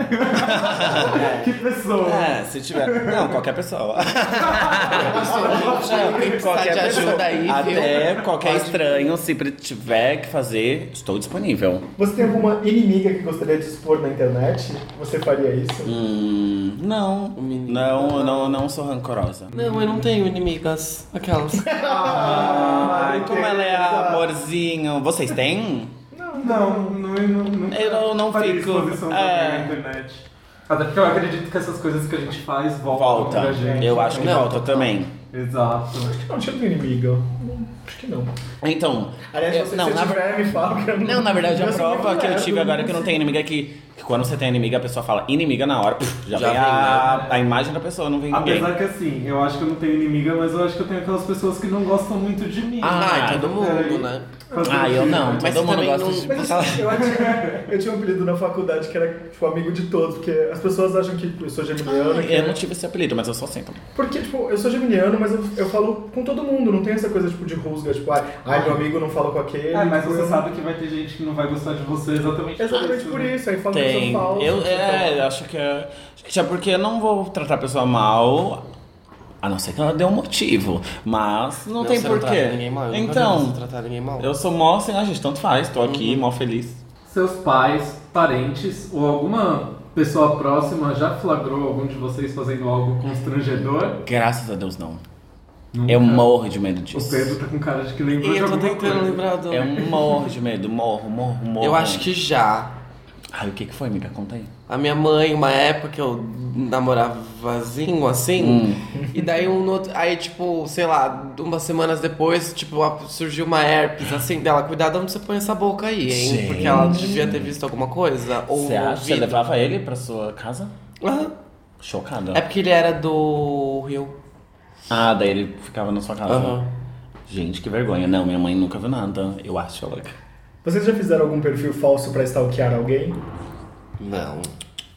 Que pessoa? É, se tiver. [LAUGHS] Não, qualquer pessoa. Gente, quem precisar de ajuda aí, viu? Até qualquer estranho, se pre- tiver que fazer, estou disponível. Você tem alguma inimiga que gostaria de expor na internet? Você faria isso? Hum, não. menino. Não, eu não, não sou rancorosa. Não, eu não tenho inimigas. [LAUGHS] Aquelas. Ai, como ela é amorzinho. Vocês têm? Não, não, não, não Eu não faria fico- exposição pra é. alguém na internet. Até porque eu acredito que essas coisas que a gente faz voltam Volta. pra gente. né? Eu acho que Não, volta total. também. Exato. Não, tinha um inimigo. Não, Acho que não. Então. Aliás, eu- você, não, se na tiver, me fala que eu Não, na verdade, a eu sou prova muito que eu reto. tive agora é que não tem inimiga é que, que quando você tem inimiga, a pessoa fala inimiga na hora, puf, já, Já vem né? vem, a, a imagem da pessoa, não vem ninguém. Apesar que assim, eu acho que eu não tenho inimiga, mas eu acho que eu tenho aquelas pessoas que não gostam muito de mim. Ah, Ai, todo mundo, né? Fazer Ah, o quê, eu não. né? Mas todo você mundo também gosta não- de Mas falar. assim, eu, tinha, eu tinha um apelido na faculdade que era, tipo, amigo de todos, porque as pessoas acham que eu sou geminiano. que- é Eu não tive esse apelido, mas eu sou assim também. Porque, tipo, eu sou geminiano, mas eu, eu falo com todo mundo, não tem essa coisa, tipo, de rusga, tipo, ai, ai, meu amigo não fala com aquele. É, mas tipo, você eu- sabe que vai ter gente que não vai gostar de você exatamente por Exatamente isso, por né? isso, aí fala que eu Tem. sou falso. Eu então. é, eu acho que é. Gente, é porque eu não vou tratar a pessoa mal. A não ser que ela dê um motivo. Mas não, tem você não trata porquê. ninguém mal, eu nunca vi você então, tratar ninguém mal. Uhum. eu sou mó sem a gente, tanto faz, tô aqui, mó feliz. Seus pais, parentes ou alguma pessoa próxima já flagrou algum de vocês fazendo algo constrangedor? Graças a Deus, não. Nunca. Eu morro de medo disso. O Pedro tá com cara de que E lembrou de eu tô alguma tentando coisa. lembrar do. Eu morro de medo, morro, morro, morro. Eu acho que já. Ai, o que que foi, amiga? Conta aí. A minha mãe, uma época que eu namorazinho, assim. Hum. E daí um no outro. Aí, tipo, sei lá, umas semanas depois, tipo, a- surgiu uma herpes, assim, dela. Cuidado onde você põe essa boca aí, hein? Gente. Porque ela devia ter visto alguma coisa. Ou Você acha? Você ouvido. levava ele pra sua casa? Aham. Chocada. É porque ele era do Rio. Ah, daí ele ficava na sua casa. Aham. Gente, que vergonha. Não, minha mãe nunca viu nada. Eu acho ela. Vocês já fizeram algum perfil falso pra stalkear alguém? Não.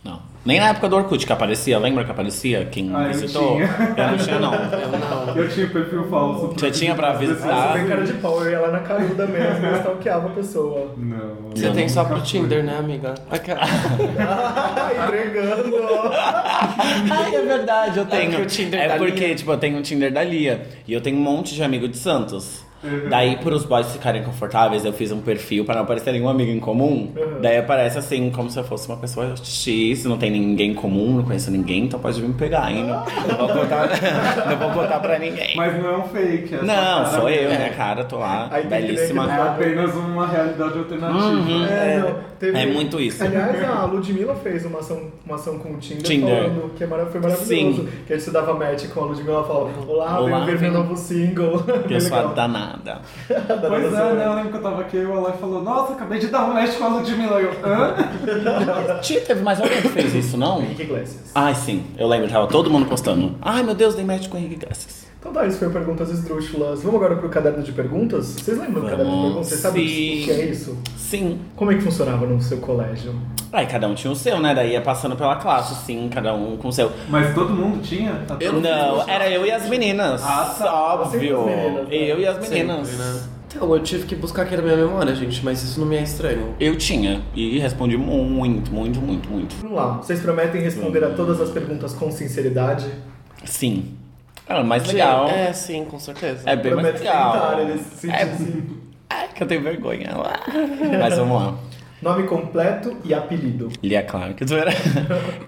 Não. Nem na época do Orkut que aparecia, lembra que aparecia? Quem Ah, eu visitou? tinha. Eu não tinha, não. Eu tinha perfil falso. Você tinha pra Ah, avisar? bem cara de pau, eu ia lá na caruda mesmo, eu stalkeava a pessoa. Não. Você Não, tem só pro Tinder, né, amiga? [LAUGHS] Aquela- Ah, entregando! Ai, é verdade, eu tenho. porque o Tinder tá? é da porque, Lia. tipo, eu tenho um Tinder da Lia. E eu tenho um monte de amigo de Santos. Daí, para os boys ficarem confortáveis, eu fiz um perfil para não aparecer nenhum amigo em comum. Uhum. Daí aparece assim, como se eu fosse uma pessoa X, não tem ninguém em comum, não conheço ninguém, então pode vir me pegar, hein? Não, não vou, contar, [LAUGHS] não vou contar pra ninguém. Mas não é um fake. É só não, cara sou eu, mesmo. né, cara? Tô lá, Aí tem que ver que É belíssima. apenas uma realidade alternativa. Uhum. É, não, teve- É muito isso. Aliás, a Ludmilla fez uma ação, uma ação com o Tinder, Tinder. falando que é mara- foi maravilhoso. Sim. Que a gente se dava match com a Ludmilla e falava: Olá, Olá, venho ver meu venho- novo single. [LAUGHS] Eu sou a Legal. nada. Pois é, né? Eu lembro que eu tava aqui e o Aloy falou: Nossa, acabei de dar um match com a Ludmilla. Eu, hã? Ti, teve mais alguém que fez isso, não? Henrique Iglesias. Ai, sim. Eu lembro, tava todo mundo postando. Ai, meu Deus, dei match com o Henrique Iglesias. Então tá, isso foi perguntas esdrúxulas. Vamos agora pro caderno de perguntas? Vocês lembram do caderno de Vamos, perguntas? Vocês sabem o sim. que o que é isso? Sim. Como é que funcionava no seu colégio? Aí cada um tinha o seu, né? Daí ia passando pela classe, sim, cada um com o seu. Mas todo mundo tinha? Tá todo mundo Não, gostando. era eu e as meninas. Ah, tá. Óbvio. Você e as meninas, né? Eu e as meninas. Sempre, né? Então, eu tive que buscar aqui na minha memória, gente, mas isso não me é estranho. Eu tinha. E respondi muito, muito, muito, muito. Vamos lá, vocês prometem responder Hum. a todas as perguntas com sinceridade? Sim. Era mais legal. É, É, sim, com certeza. bem mais Prometem legal. É. tentar, eles se dizem. Ai, que eu tenho vergonha. Mas vamos lá. Nome completo e apelido. Lia Clark. zoeira.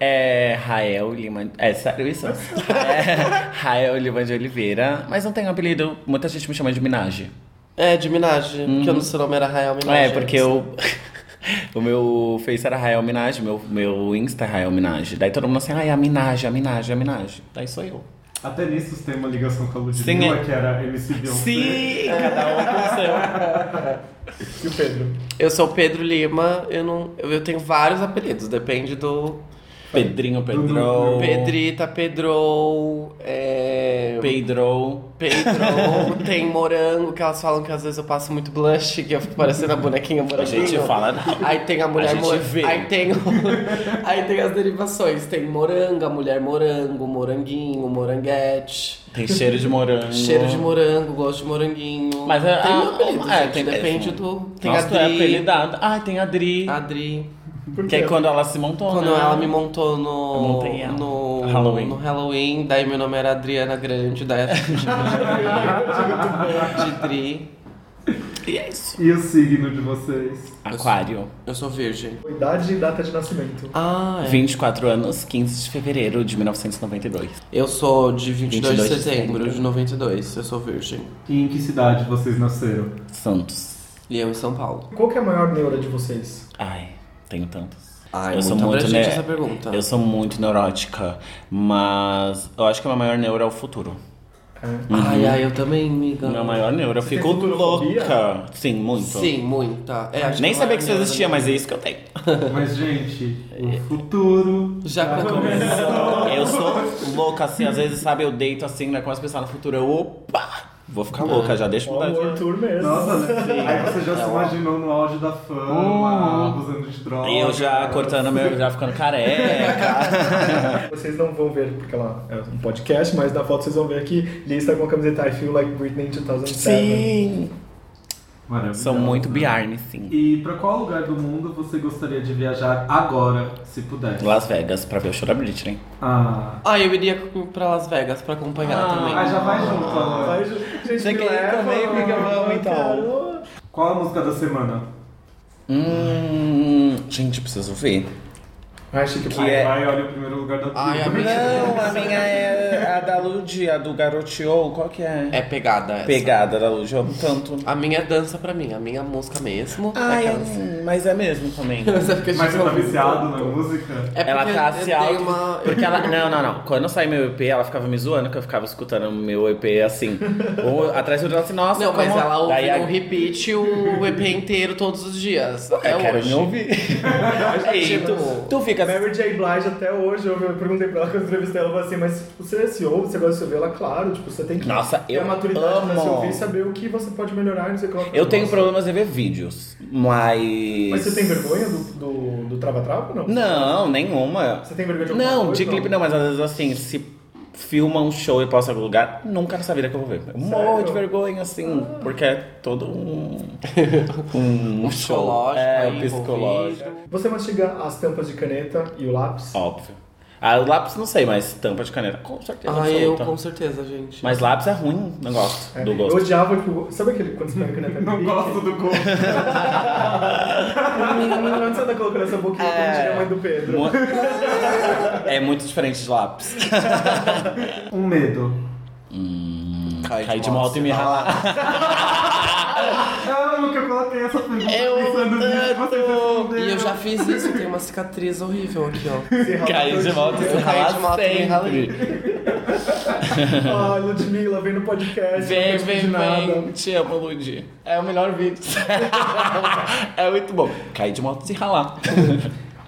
É. Rael Lima. É sério isso? É, Rael Lima de Oliveira. Mas não tem apelido. Muita gente me chama de Minaj. É, de Minaj, porque eu não sei o nome era Rael Minaj. Uhum. É, porque eu. [LAUGHS] O meu Face era Rael Minaj, meu, meu Insta é Rael Minaj. Daí todo mundo assim, ai, a Minaj, a Minaj, a Minaj. Daí sou eu. Até nisso tem uma ligação com a Sim, Ludmilla, é. que era MC Beyoncé. Sim, cada um com o seu. E o Pedro? Eu sou o Pedro Lima, eu não. Eu, eu tenho vários apelidos, depende do. Pedrinho, Pedrou. Pedrita, Pedro. É... Pedrou. [LAUGHS] Pedro, tem morango, que elas falam que às vezes eu passo muito blush, que eu fico parecendo a bonequinha morango. A gente fala não. Aí tem a mulher gente vê. morango. Aí tem, o- [LAUGHS] aí tem as derivações. Tem morango, a mulher morango, moranguinho, moranguete. Tem cheiro de morango. Cheiro de morango, gosto de moranguinho. Mas é- tem ah, meu apelido, é, gente, tem- depende é, do. Tem Tem Nossa, tu é Adri. apelidada. Ai, tem Adri. Adri. Por Que quê? é quando ela se montou, Quando né? ela me montou Eu no. montei ela. No Halloween. No Halloween, daí meu nome era Adriana Grande, daí [LAUGHS] ela me chamou de Dri. E é isso. E o signo de vocês? Aquário. Eu sou virgem. Idade e data de nascimento. Ah, é. 24 anos, 15 de fevereiro de 1992. Eu sou de 22, 22 de de setembro setembro. de 92. Eu sou virgem. E em que cidade vocês [LAUGHS] nasceram? Santos. E eu em São Paulo. Qual que é a maior neura de vocês? Ai, tenho tantos. Ai, eu sou muito muito abrangente ne- essa pergunta. Eu sou muito neurótica, mas eu acho que a minha maior neura é o futuro. É. Ai, ai, eu também, amiga. Minha maior neura, eu Você tem fico futurofobia? louca. Sim, muito. Sim, muita. É, acho Nem a sabia maior que isso minha- existia, mas é isso que eu tenho. Mas, gente, o futuro. Já começou. Eu sou louca, assim, às vezes, sabe, eu deito assim, né? Começo a pensar no futuro, eu, opa! Vou Ah. ficar louca, já deixa eu O mudar de- amor tour mesmo. Nossa, né? Aí você já se imaginou no auge da fama, abusando de drogas. Hum. Eu já cortando meu, já ficando careca. [LAUGHS] Vocês não vão ver, porque ela é um podcast, mas na foto vocês vão ver que lista com a camiseta I Feel Like Britney in 2007. [LAUGHS] Sim. Maravilhoso. né? Sou muito biarne, sim. E pra qual lugar do mundo você gostaria de viajar agora, se pudesse? Las Vegas pra ver o show da Britney. Ah, Ai, eu iria pra Las Vegas pra acompanhar também. ah, já vai junto, Alan. Vai, gente, Você me quer ir leva, também, amiga? Vamos, então. quero. Qual a música da semana? Hum. Gente, preciso ver. Acho que, Que Ai, é- Vai, olha o primeiro lugar da turma. Ai, amiga. Não, a minha é a da Lud, a do Garoteou. Qual que é? É pegada essa. Pegada da Lud, eu amo tanto. A minha é dança pra mim, a minha é música mesmo. Ai, Aquelas- hum, mas é mesmo também. [LAUGHS] Mas é porque a gente Mas você tá não- viciado na música? É porque Ela tá se eu auto... dei [LAUGHS] uma... Porque ela... Não, não, não. Quando eu saí meu EP, ela ficava me zoando que eu ficava escutando meu EP assim. Ou atrás do outro, ela assim, nossa, Não, mas como- ela ouve Daí a- no repeat o EP inteiro todos os dias. Até Eu quero hoje. me [LAUGHS] ouvir. Ei, tu, tu fica Mary J. Blige até hoje, eu perguntei pra ela quando eu entrevistei ela, eu falei assim, mas você se ouve, você gosta de se ouvir? Ela, claro, tipo, você tem que Nossa, ter eu a maturidade pra se amo. ouvir e saber o que você pode melhorar, não sei o que lá. Eu tenho Nossa. problemas em ver vídeos, mas. Mas você tem vergonha do, do, do trava-trava ou não? Não, nenhuma. Você tem vergonha de alguma Não, coisa, de clipe não, mas às vezes assim, se filma um show e posta em algum lugar, nunca nessa vida que eu vou ver. Eu morro Sério? Ah. de vergonha, assim, porque é [LAUGHS] todo um. um, show. psicológico É, aí o psicológico. Você mastiga as tampas de caneta e o lápis? Óbvio. Ah, o lápis não sei, mas tampa de caneta, com certeza. Ah, eu absoluta. com certeza, gente. Mas lápis é ruim, não gosto É, do Eu gosto. odiava, tipo, sabe aquele quando você pega a caneta? Não gosto do corpo. Quando você tá colocando essa boquinha, como diria a mãe do Pedro. Mu- é muito diferente de lápis. Um medo. Cair de, moto e me ralar. Ah, eu nunca coloquei essa pergunta Eu Tá pensando nisso, tanto. vocês responderam. E eu já fiz isso, tem uma cicatriz horrível aqui, ó. Você rala Cair de todinho. moto e me Eu caí de ralar moto e me ralei. sempre. Ai, Ludmilla, vem no podcast. Vem, não perde vem, de nada. vem. Te amo, Lud. É o melhor vídeo. [LAUGHS] é muito bom. Cair de moto e ralar.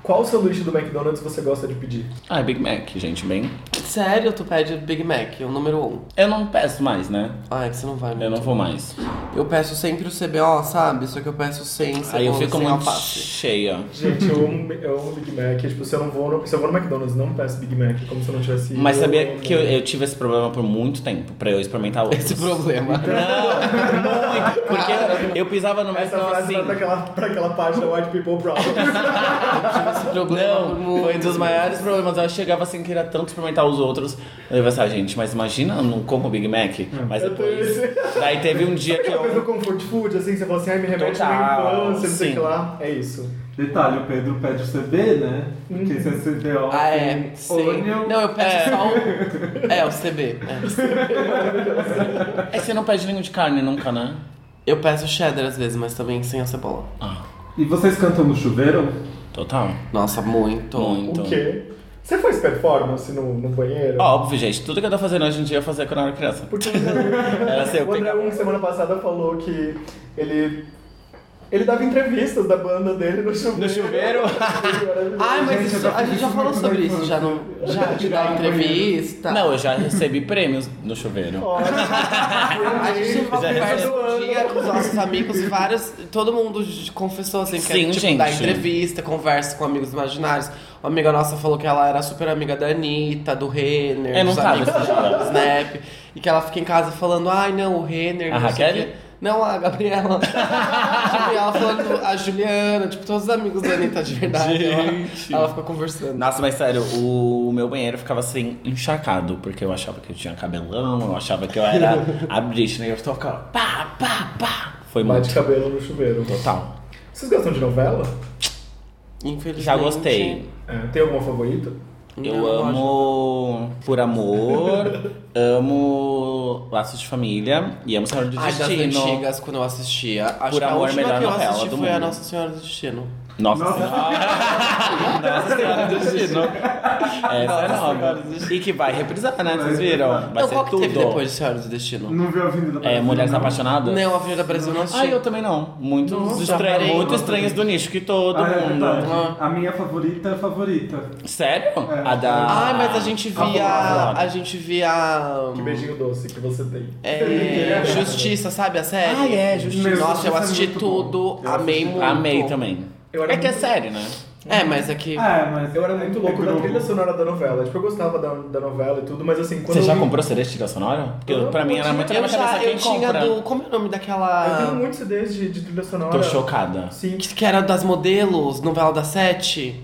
Qual sanduíche do McDonald's você gosta de pedir? Ah, Big Mac, gente, bem. Sério, tu pede Big Mac, o número um. Eu não peço mais, né? Ah, é que você não vai, Eu mesmo. não vou mais. Eu peço sempre o CBO, sabe? Só que eu peço sem cebola, É. Aí eu fico sem muito [LAUGHS] alface. cheia. Gente, eu amo, eu amo Big Mac. Tipo, se eu, não vou no, se eu vou no McDonald's, não peço Big Mac, como se eu não tivesse. ido. Mas Eu sabia amo. que eu, eu tive esse problema por muito tempo, pra eu experimentar outros. Esse problema. Então, Não, muito. Porque [LAUGHS] eu pisava no Essa McDonald's frase tá assim. vai pra aquela, pra aquela página White People [LAUGHS] Problem. Esse problema por Não, muito. foi um dos maiores problemas. Eu chegava sem querer tanto experimentar os outros. Eu ia pensar, gente, mas imagina, eu não como Big Mac. Mas Eu depois. tenho Daí teve um dia [LAUGHS] que Aquela coisa do eu. comfort food, assim, você fala assim, ai, me remete à minha Total, infância, não sei o sim. que lá. É isso. Detalhe, o Pedro pede o CB, né? Porque esse é CBO. Ah, é. tem É. Sim. assim, onion. Não, eu peço só o. É, o CB. é. É, você não pede vinho de carne nunca, né? Eu peço cheddar às vezes, mas também sem a cebola. Ah, E vocês cantam no chuveiro? total. Nossa, muito. Muito. O quê? Você faz performance no, no banheiro? [LAUGHS] Óbvio, gente, tudo que eu tô fazendo hoje em dia eu fazia quando eu era criança. Porque o André- Era assim, eu o André pegava- um, semana passada falou que ele. Ele dava entrevistas da banda dele no chuveiro. [LAUGHS] No chuveiro? Ai, mas Gente, isso- eu já a gente fiz já isso falou muito sobre na isso, infância. já não. [LAUGHS] Já te um dá entrevista. Não, eu já recebi prêmios no chuveiro. [LAUGHS] A gente teve uma Já conversa resolveu. um dia com os nossos amigos, vários. Todo mundo j- confessou assim, que Sim, tipo, gente. dá entrevista, conversa com amigos imaginários. Uma amiga nossa falou que ela era super amiga da Anitta, do Renner, Eu É, não dos tava amigos nesse dia. do Snap. E que ela fica em casa falando, ai não, o Renner. Ah, A não sei o Raquel? quê." Não, a [LAUGHS] Gabriela. tipo, e ela falando, a Juliana, tipo, todos os amigos da Anitta de verdade. Gente. Ela, ela fica conversando. Nossa, mas sério, o meu banheiro ficava assim, encharcado, porque eu achava que eu tinha cabelão, eu achava que eu era [LAUGHS] a Britney, eu tocava pá, pá, pá. Foi Bate muito. cabelo no chuveiro. Total. Vocês gostam de novela? Infelizmente. Já gostei. É, tem alguma favorita? Eu Não, amo Por Amor, amo Laços de Família e amo Senhor do Ai, das Destino. antigas, quando eu assistia. Acho Por que a amor, última melhor que eu novela assisti do foi a mundo. Nossa Senhora do Destino. Nossa, Nossa. Senhora. Nossa Senhora do Destino. Essa é Nossa Senhora nova. do E que vai reprisar, né? Vocês Vai viram? Vai não, ser Então, qual que tudo. teve depois de Senhora do Destino? Não viu a vinda da É, Mulheres não. Apaixonadas? Não, a Avenida Brasil não assisti. Ah, eu também não. Muito, Nossa, estranho- parei. muito estranhos do nicho que todo Ah, é mundo. verdade. A minha favorita é a favorita. Sério? É. A da. Ai, Ah, mas a Ah, gente via. A gente via. Que beijinho doce que você tem. É, Justiça, sabe a série? Ah, é, Justiça. Meu, Nossa, eu Justiça é assisti muito tudo, bom. Eu amei assisti. muito. Amei também. Ah, Eu era É que é sério, né? É, mas é que. É, mas. Eu era muito louco é da grupo. trilha sonora da novela. Tipo, eu gostava da, da novela e tudo, mas assim, quando Você eu já vi- comprou CD de trilha sonora? Porque Eu pra mim era tinha- muito na eu minha cabeça já eu quem tinha compra. do. Como é o nome Eu daquela. tenho muitos CDs de, de trilha sonora. Tô chocada. Sim. Que, que era das modelos, novela da Sete?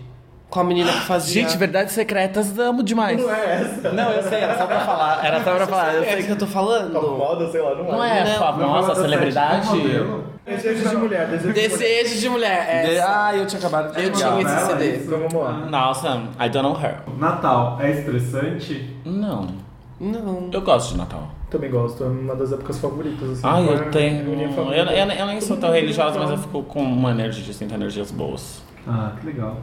Com a menina que fazia. Verdades Secretas, amo demais. Não é essa. Não, eu sei, era só pra falar. Era só pra falar, eu é sei que eu tô Top falando. Tá moda, sei lá, não, Não é Não, famosa, celebridade. um Desejos de mulher, desejos de mulher. Desejo de mulher. é De- Essa. Ah, eu tinha acabado de Eu pegar. tinha esse Novela, CD. isso. Então vamos lá. Nossa, I don't know her. Natal é estressante? Não. é Não. Eu gosto de Natal. Também gosto, é uma das épocas favoritas. Assim, Ai, pra- Ah, eu tenho. reunir a Eu, família. Então, eu- eu nem sou tão é religiosa, mas eu fico com uma energia, sinto energias boas. Ah, que legal.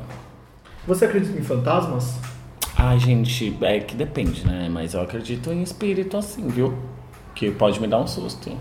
Você acredita em fantasmas? Ai, gente, é que depende, né? Mas eu acredito em espírito assim, viu? Que pode me dar um susto.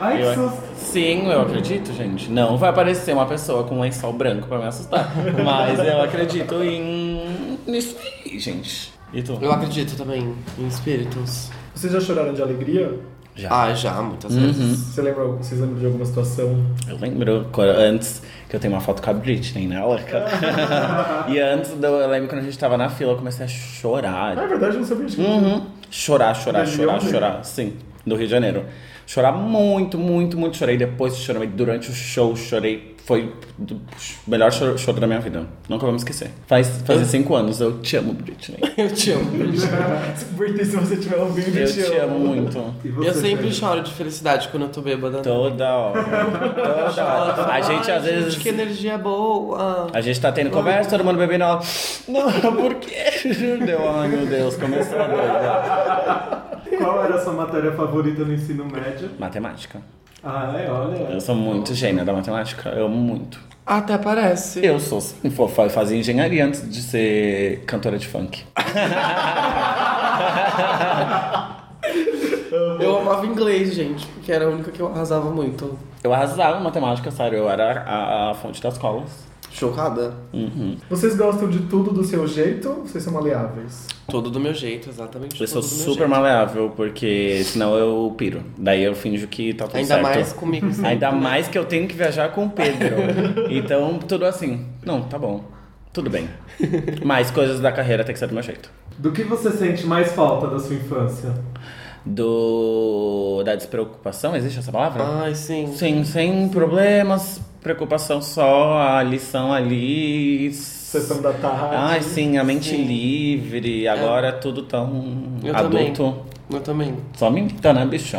Ai, que Eu- susto. Sim, eu acredito, gente. Não vai aparecer uma pessoa com um lençol branco pra me assustar. [LAUGHS] Mas eu acredito em. nisso aí, gente. E tu? Eu acredito também em espíritos. Vocês já choraram de alegria? Já. Uhum. Ah, já, muitas vezes. Você lembra, vocês lembram de alguma situação? Eu lembro quando- antes que eu tenho uma foto com a Britney, né, louca? [LAUGHS] e antes, do, eu lembro quando a gente tava na fila, eu comecei a chorar. Ah, é verdade, eu não sabia disso. [LAUGHS] Uhum. Chorar, chorar, Mas chorar, Lyon? chorar. Sim, do Rio de Janeiro. Chorar muito, muito, muito. Chorei depois, chorei durante o show, chorei. Foi o melhor choro, choro da minha vida. Nunca vou me esquecer. Faz, faz cinco anos, eu te amo, Britney. [LAUGHS] Eu te amo. Britney, se você estiver ouvindo, Eu te amo muito. E você, Eu sempre Pedro? choro de felicidade quando eu tô bêbada. Toda [LAUGHS] hora. Toda hora. Então, A gente tá Ai, às vezes. que energia boa. A gente tá tendo conversa, todo mundo bebendo, ela. Não, [LAUGHS] por quê? Deu, ai meu Deus, começou a doida. Qual era a sua matéria favorita no ensino médio? Matemática. Ah, é, olha. Eu sou muito gênia da matemática, eu amo muito. Até parece. Eu sou sim, fo- fa- fazia engenharia antes de ser cantora de funk. Eu amava inglês, gente, porque era a única que eu arrasava muito. Eu arrasava em matemática, sério. Eu era a, a fonte das colas. Chocada. Vocês gostam de tudo do seu jeito? Vocês são maleáveis? Todo do meu jeito, exatamente. Eu sou todo do meu super jeito. maleável, porque senão eu piro. Daí eu finjo que tá tudo Ainda certo. mais comigo. sim. Ainda mais que eu tenho que viajar com o Pedro. Então, tudo assim. Não, tá bom. Tudo bem. Mas coisas da carreira tem que ser do meu jeito. Do que você sente mais falta da sua infância? Do. Da despreocupação, existe essa palavra? Ai, sim. Sim, sem problemas, preocupação só, a lição ali. Sessão da tarde. Ai, sim, a mente Sim. livre. Agora é tudo tão Eu também. adulto. Eu também. Só me engana, bicho.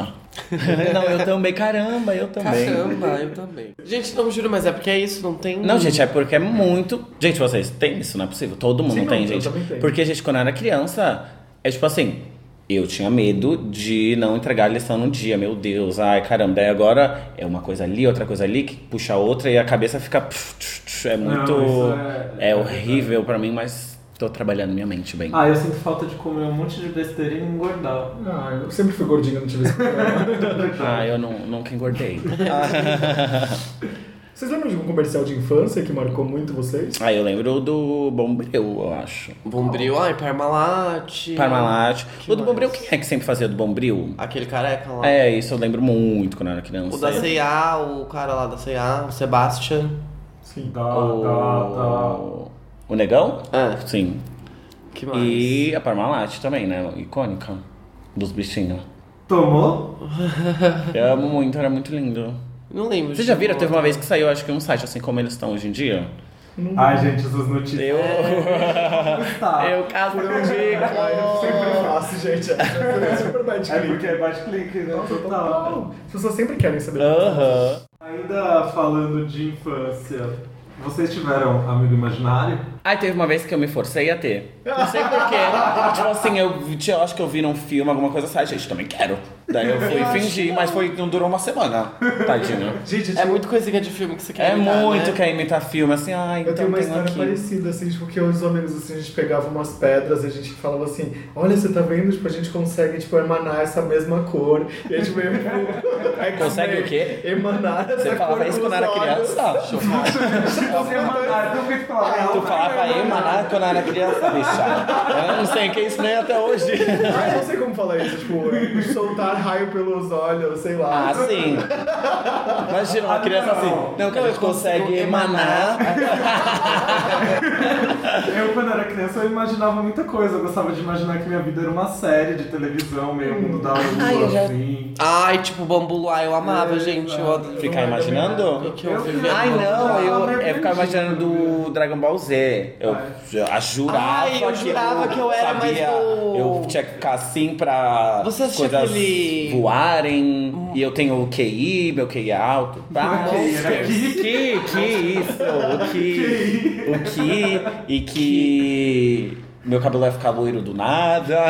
não, eu também, caramba, eu também. Caramba, eu também. Gente, não juro, mas é porque é isso, não tem. Não, gente, é porque é muito. Gente, vocês têm isso, não é possível. Todo mundo Sim, tem, eu gente. também tenho. Porque, gente, quando eu era criança, é tipo assim. Eu tinha medo de não entregar a lição no dia, meu Deus, ai caramba. Daí agora é uma coisa ali, outra coisa ali, que puxa a outra e a cabeça fica. pf, tch, tch, É Não, muito. isso é- é... horrível pra mim, mas tô trabalhando minha mente bem. Ah, eu sinto falta de comer um monte de besteira e não engordar. Ah, eu sempre fui gordinho, não tive esse problema. [LAUGHS] Ah, eu não, nunca engordei. Vocês lembram de um comercial de infância que marcou muito vocês? ah, eu lembro do Bombril, eu acho. Bombril, ai, Parmalat. Parmalat. Que O do mais? Bombril, quem é que sempre fazia do Bombril? Aquele careca lá. É, isso eu lembro muito quando eu era criança. O da C&A, o cara lá da C&A, o Sebastian. Sim. Tá, Dá, dá, dá. O... o Negão? É, Sim. que mais? E a Parmalat também, né? Icônica. Dos bichinhos. Tomou? Eu amo muito, era muito lindo. Não lembro. Vocês já de um viram? Teve uma outra. vez que saiu, acho que um site assim como eles estão hoje em dia. Ai, gente, essas notícias. É. Eu. Tá. [LAUGHS] Eu caso Ah, eu sempre faço, gente. [LAUGHS] É super bad É click. porque é bate-clique, né? Total. Total. As pessoas sempre querem saber. Aham. Ainda falando de infância, vocês tiveram amigo imaginário? Aí teve uma vez que eu me forcei a ter. Não sei porquê. tipo assim, eu, vi- eu acho que eu vi num filme alguma coisa assim, "Ai, gente, também quero. Daí eu fui fingir, mas foi, não durou uma semana. Tadinho. Gente, É muito coisinha de filme que você quer É imitar, muito né? quer imitar filme, assim, ah, então Eu tenho uma história aqui. parecida, assim, tipo, que eu e os amigos, assim, a gente pegava umas pedras e a gente falava assim, olha, você tá vendo? Tipo, a gente consegue, tipo, emanar essa mesma cor. E a gente meio [LAUGHS] tipo, aí Consegue meio o quê? Emanar essa Você cor falava isso quando pelos era olhos. [LAUGHS] criança? Ah, Você imaginário, Ah, eu fui falar. né? Tu falava aí, maná, quando era criança, bicha. Eu não sei o que é isso nem até hoje. [LAUGHS] Ah, eu não sei como falar isso, tipo, soltar raio pelos olhos, sei lá. Ah, sim. Imagina uma criança assim. Não, que a gente consegue emanar. Eu, quando era criança, eu imaginava muita coisa. Eu gostava de imaginar que minha vida era uma série de televisão, meio mundo da lua, assim. Ai, tipo, Bambu Luar, eu amava, gente. Eu adoro. Ficar imaginando? que eu é vivi. Ai, não, Ah, eu, é, mas eu ficava entendi. imaginando do Dragon Ball Z. Eu, eu jurava. Ai, eu jurava que eu era mais sabia, do- Eu tinha que ficar assim pra Você as assistia coisas aquele- voarem. E eu tenho o QI, meu QI é alto. Tá? QI era que, que, que isso? [LAUGHS] O que? O que? E que. Meu cabelo vai ficar loiro do [LAUGHS] nada.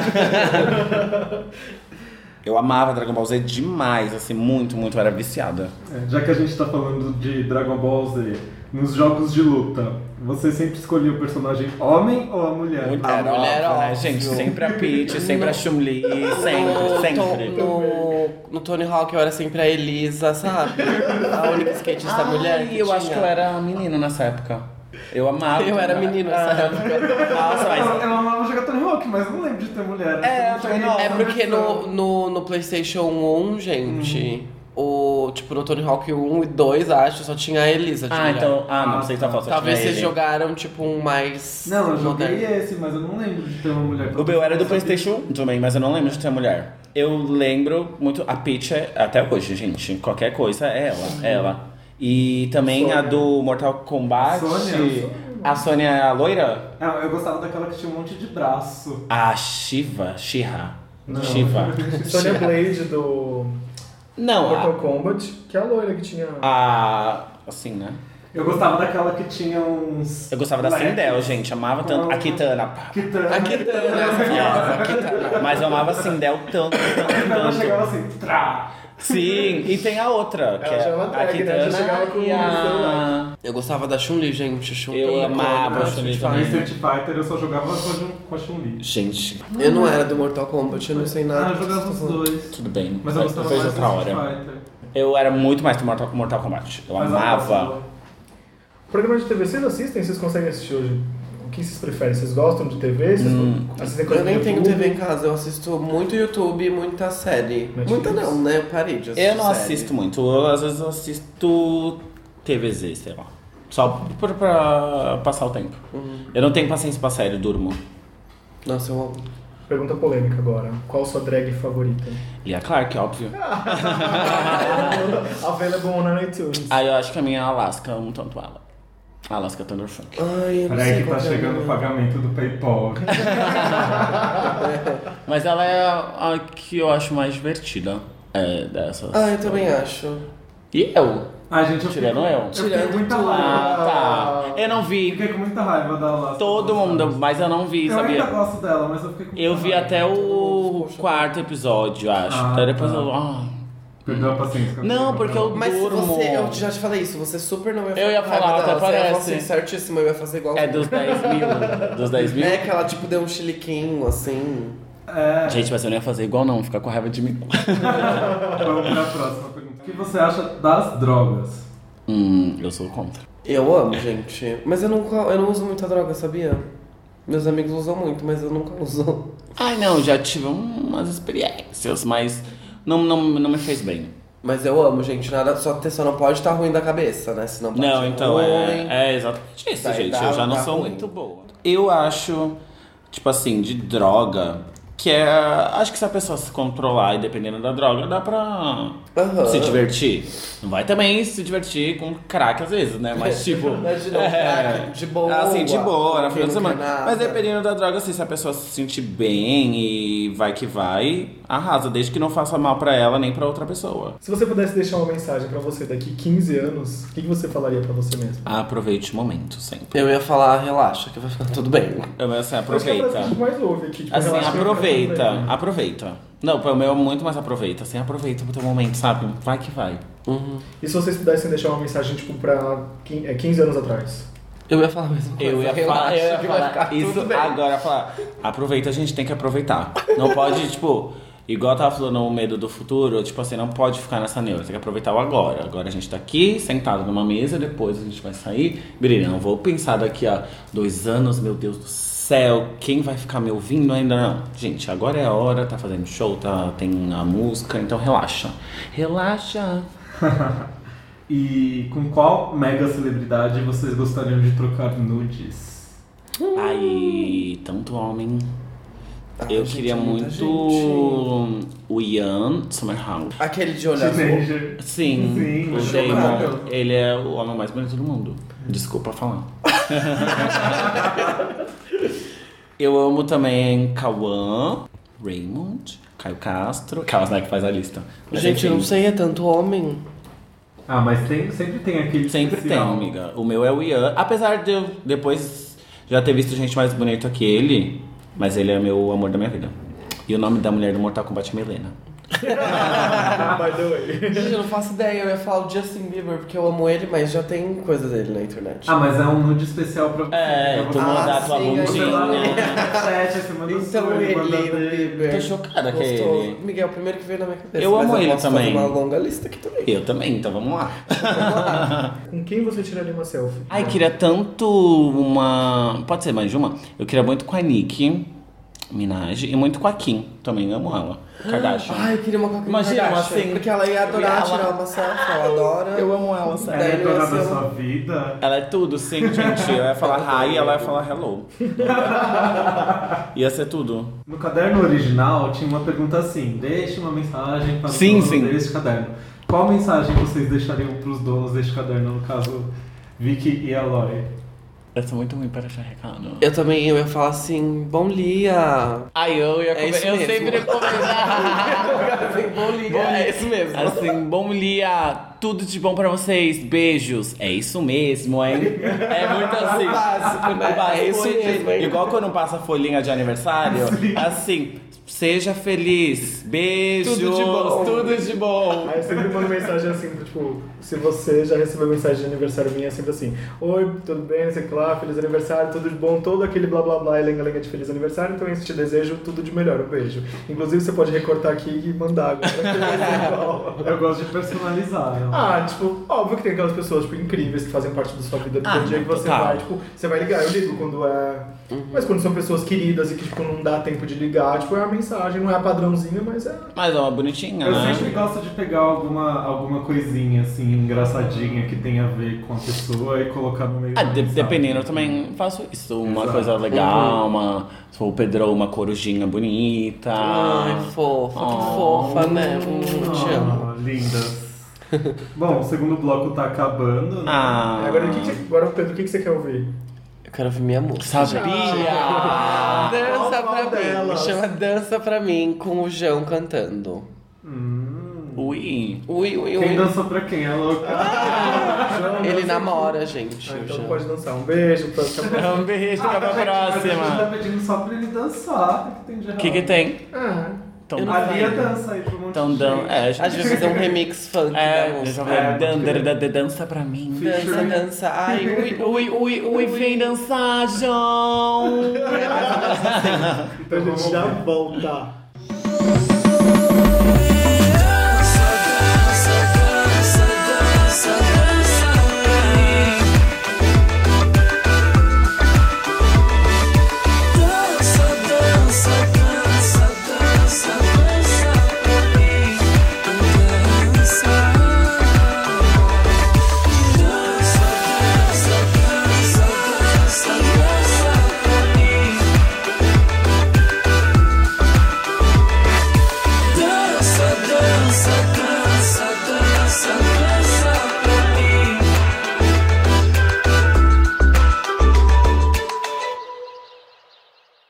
Eu amava Dragon Ball Z demais, assim, muito, muito. Eu era viciada. É, Já que a gente tá falando de Dragon Ball Z, nos jogos de luta, você sempre escolhia o personagem homem ou a mulher? Ah, Mulher, A mulher, é óbvio, né, óbvio. gente? Sempre a Peach, sempre a Chun-Li, No sempre, sempre. Tom- No, no Tony Hawk eu era sempre a Elisa, sabe? A única skatista Ai, mulher. eu tinha. tá. acho que eu era menino nessa época. Eu amava. Eu era né? menino Ah. nessa época. Nossa, Eu, mas... eu amava jogar Tony Hawk, mas não lembro de ter mulher. É, Eu Tony não Hawk. tinha É essa porque versão. no, no, no PlayStation 1, gente, o, tipo, no Tony Hawk 1 e 2, acho, só tinha a Elisa. de Ah, mulher. então. Ah, não, você tá falando. Talvez vocês jogaram, tipo, um mais. Não, eu joguei moderno. esse, mas eu não lembro de ter uma mulher. O meu era do PlayStation 1 também, mas eu não lembro de ter mulher. Eu lembro muito. A Peach, é, até hoje, gente, qualquer coisa é ela. é ela. E também a Sônia. do Mortal Kombat. A Sônia? A Sônia é a loira? Ah, Eu gostava daquela que tinha um monte de braço. A Shiva, Shira. Não. Shiva. Sonya Blade do Não, Mortal Kombat, que é a loira que tinha... a, a. Assim, né? Eu gostava daquela que tinha uns. Eu gostava da leques. Sindel, gente. Amava tanto. Não. A Kitana. pá. Kitana. A Nossa, Kitana. a Kitana. Mas eu amava a Sindel tanto, é? Ela tanto, chegava tanto. assim, trá! Sim, e tem a outra, que Ela já é era a drag, né? Já chegava Kitana com um e né? a... Eu gostava da Chun-Li, gente. Chun-Li Eu é amava a icônica, Chun-Li Em gente. Ah, também. né? Street Fighter eu só jogava com a Jun- com a Chun-Li. Gente, Eu não era do Mortal Kombat, eu não sei nada. Ah, eu jogava os dois. tudo bem. Mas eu gostava Fez mais do outra Street hora. Fighter. Eu era muito mais do Mortal, Mortal Kombat. Eu Mas amava. Programa de TV, vocês assistem? Vocês conseguem assistir hoje? O que vocês preferem? Vocês gostam de TV? Vocês Hum, assistem coisa Eu nem no tenho YouTube? TV em casa, eu assisto muito YouTube e muita série. Netflix. Muita não, né? Eu parei de assistir. Eu não série. assisto muito. Eu, às vezes eu assisto TVZ, sei lá. Só pra, pra passar o tempo. Uhum. Eu não tenho paciência pra série, eu durmo. Nossa, eu amo. Pergunta polêmica agora. Qual sua drag [LAUGHS] favorita? E é claro que óbvio. Available on iTunes. Aí eu acho que a minha é Alaska, um tanto ela. Alaska Thunder Funk. Ai, eu não Peraí sei que qual tá é o chegando o nome. pagamento do [LAUGHS] Paypal. Mas ela é a a que eu acho mais divertida. É, dessas. Ah, eu também acho. E eu? Ah, gente, eu Tirando fiquei- eu. Eu fiquei com muita raiva. Ah, tá. Eu não Eu vi Fiquei com muita raiva da Alaska. todo mundo, mas eu não vi, Eu ainda sabia? gosto dela, mas eu fiquei com Eu muita vi raiva. até o quarto episódio, acho. Ah, Daí depois tá. eu. ah. Perdão a paciência. Não, porque eu Mas se durmo. você, eu já te falei isso, você super não ia Eu ia com falar, raiva até dela, Você ia falar parece. assim, certíssimo, eu ia fazer igual. É dos 10 mil. Dos 10 mil? É que ela, tipo, deu um chiliquinho, assim. É, Gente, mas eu não ia fazer igual não, ficar com raiva de mim. vamos pra próxima pergunta. O que você acha das drogas? Hum, eu sou contra. Eu amo, gente. Mas eu nunca, eu não uso muita droga, sabia? Meus amigos usam muito, mas eu nunca uso. Ai não, já tive umas experiências, mas não, não, não me fez bem. Mas eu amo, gente. Nada, só, te- só não pode estar ruim da cabeça, né? Senão pode Não, ser então ruim. é, é exatamente isso, Vai gente. dar- eu já não dá sou ruim. muito boa. Eu acho, tipo assim, de droga, que é. Acho que se a pessoa se controlar e dependendo da droga, dá pra Aham. se divertir. Não vai também se divertir com crack às vezes, né? [LAUGHS] Mas tipo. Mas de não, crack, é de boa. Assim, de boa, na Quem final de não quer semana. nada. Mas dependendo da droga, assim, se a pessoa se sentir bem e vai que vai, arrasa, desde que não faça mal pra ela nem pra outra pessoa. Se você pudesse deixar uma mensagem pra você daqui 15 anos, o que que você falaria pra você mesmo? Aproveite o momento sempre. Eu ia falar, relaxa, que vai ficar tudo bem. Eu, Acho assim, que é a frase que a aproveita. gente mais ouve aqui. Tipo, Assim, relaxa, aproveita, aproveita. Não, pelo meu, é muito mais aproveita. Assim, aproveita o teu momento, sabe? Vai que vai. E se vocês pudessem deixar uma mensagem, tipo, pra quin- é, 15 anos atrás? [LAUGHS] Eu ia falar a mesma coisa. Eu ia relaxa, falar, eu ia que falar vai ficar isso tudo bem. agora, falar. Aproveita, a gente tem que aproveitar. Não pode, [LAUGHS] tipo, igual eu tava falando o medo do futuro, tipo assim, não pode ficar nessa neura, tem que aproveitar o agora. Agora a gente tá aqui, sentado numa mesa, depois a gente vai sair. Menina, não vou pensar daqui a dois anos, meu Deus do céu, quem vai ficar me ouvindo ainda não. Gente, agora é a hora, tá fazendo show, tá, tem a música, então relaxa. Relaxa. E com qual mega celebridade vocês gostariam de trocar nudes? Hum. Aí, tanto homem. Ah, eu gente, queria é muita muito gente. o Ian Somerhalder. Aquele de olho azul. Teenager. Sim, Sim, o chocado. Damon. Ele é o homem mais bonito do mundo. Desculpa falar. eu amo também Kawan, Raymond, Caio Castro. Caos, né, que faz a lista. Mas, Gente, eu enfim, não sei, é tanto homem. Ah, mas tem, sempre tem aquele Sempre tem, especial. amiga. O meu é o Ian. Apesar de eu depois já ter visto gente mais bonita que ele, mas ele é meu amor da minha vida. E o nome da mulher do Mortal Kombat é Melena. By the way. Gente, eu não faço ideia, eu ia falar o Justin Bieber, porque eu amo ele, mas já tem coisa dele na internet. Ah, mas é um nude especial pra você. É, pra tu você. mandar Ah, a tua sim, Você lá no bundinha. chat, você manda o então seu, ele, manda o dele. Bieber. Tô chocada que é Gostou. ele. Miguel, o primeiro que veio na minha cabeça. Eu mas amo eu ele posso também. Fazer uma longa lista aqui também. Eu também, então vamos lá. Com quem você tiraria uma selfie? Ai, queria tanto uma. Pode ser mais de uma? Eu queria muito com a Nick Minaj e muito com a Kim. Também amo ela. Kardashian. Ai, eu queria uma Coca-Cola Imagina, assim, Porque ela ia adorar ela- tirar uma selfie, ela adora. amo ela, sério. Ela é Daí um- dona nasceu- da sua vida. Ela é tudo, sim, gente. Eu ia falar hi e ela ia falar [LAUGHS] hello. Ia ser tudo. No caderno original tinha uma pergunta assim: deixe uma mensagem para Sim, os donos sim. deste caderno. Qual mensagem vocês deixariam para os donos deste caderno, no caso, Vicky e Aloy? Eu sou muito ruim para achar recado. Eu também eu ia falar assim, bom dia. Ai, eu ia É isso comer. eu mesmo. sempre ia comer. Bom liga. É isso mesmo. Assim, bom dia, tudo de bom pra vocês, beijos. É isso mesmo, hein? É muito assim. Básico, né? O básico, É isso gente. mesmo, hein? Igual quando passa a folhinha de aniversário, assim, seja feliz, beijos. Tudo de bom. Tudo de bom. Aí eu sempre mando mensagem assim, tipo, se você já recebeu mensagem de aniversário minha, é sempre assim: Oi, tudo bem, não sei o que lá, feliz aniversário, tudo de bom, todo aquele blá blá blá e lenga lenga de feliz aniversário, então é isso, te desejo tudo de melhor, um beijo. Inclusive, você pode recortar aqui e mandar agora. que é [LAUGHS] igual. Eu gosto de personalizar. eu- Ah, tipo, óbvio que tem aquelas pessoas, tipo, incríveis que fazem parte da sua vida do Ah, dia dia que você total. Uhum. vai, tipo, você vai ligar, eu ligo quando é. Mas quando são pessoas queridas e que, tipo, não dá tempo de ligar, tipo, é uma mensagem, não é padrãozinha, mas é. Mais uma bonitinha, Eu né? sempre gosto de pegar alguma, alguma coisinha assim, engraçadinha que tem a ver com a pessoa e colocar no meio Ah, da de- mensagem. dependendo, eu também faço isso. Uma Exato. coisa legal, uma. Se for o Pedro, uma corujinha bonita. Ai, fofa, que fofa, né? Hum, te amo. Ah, [LAUGHS] lindas. Bom, o segundo bloco tá acabando, né? Ah. Agora, o que que- agora, Pedro, o que que você quer ouvir? Eu quero ouvir minha música. Sabia! Qual- Dança qual pra mim. delas? Chama Dança pra mim com o João cantando. Ui. Ui, ui, Quem ui. dançou pra quem? É louca. Ah, Não, Ele não, namora, gente. Ah, o então João. pode dançar. Um beijo pra [LAUGHS] essa pessoa. Um beijo, fica pra Mas a gente tá próxima. pedindo só pra ele dançar. O que que tem de O errado? que que tem? Ah, Então, A Lia dança aí pro monte então de dan gente. é, a Às gente- vezes é né? um remix é, funk da eu já música. falei, É, dan- pode dan- crer. dan- dan- dança pra mim. Dança, dança. Ai, ui, ui, ui, Ui, ui. vem dançar, João! então a gente já volta.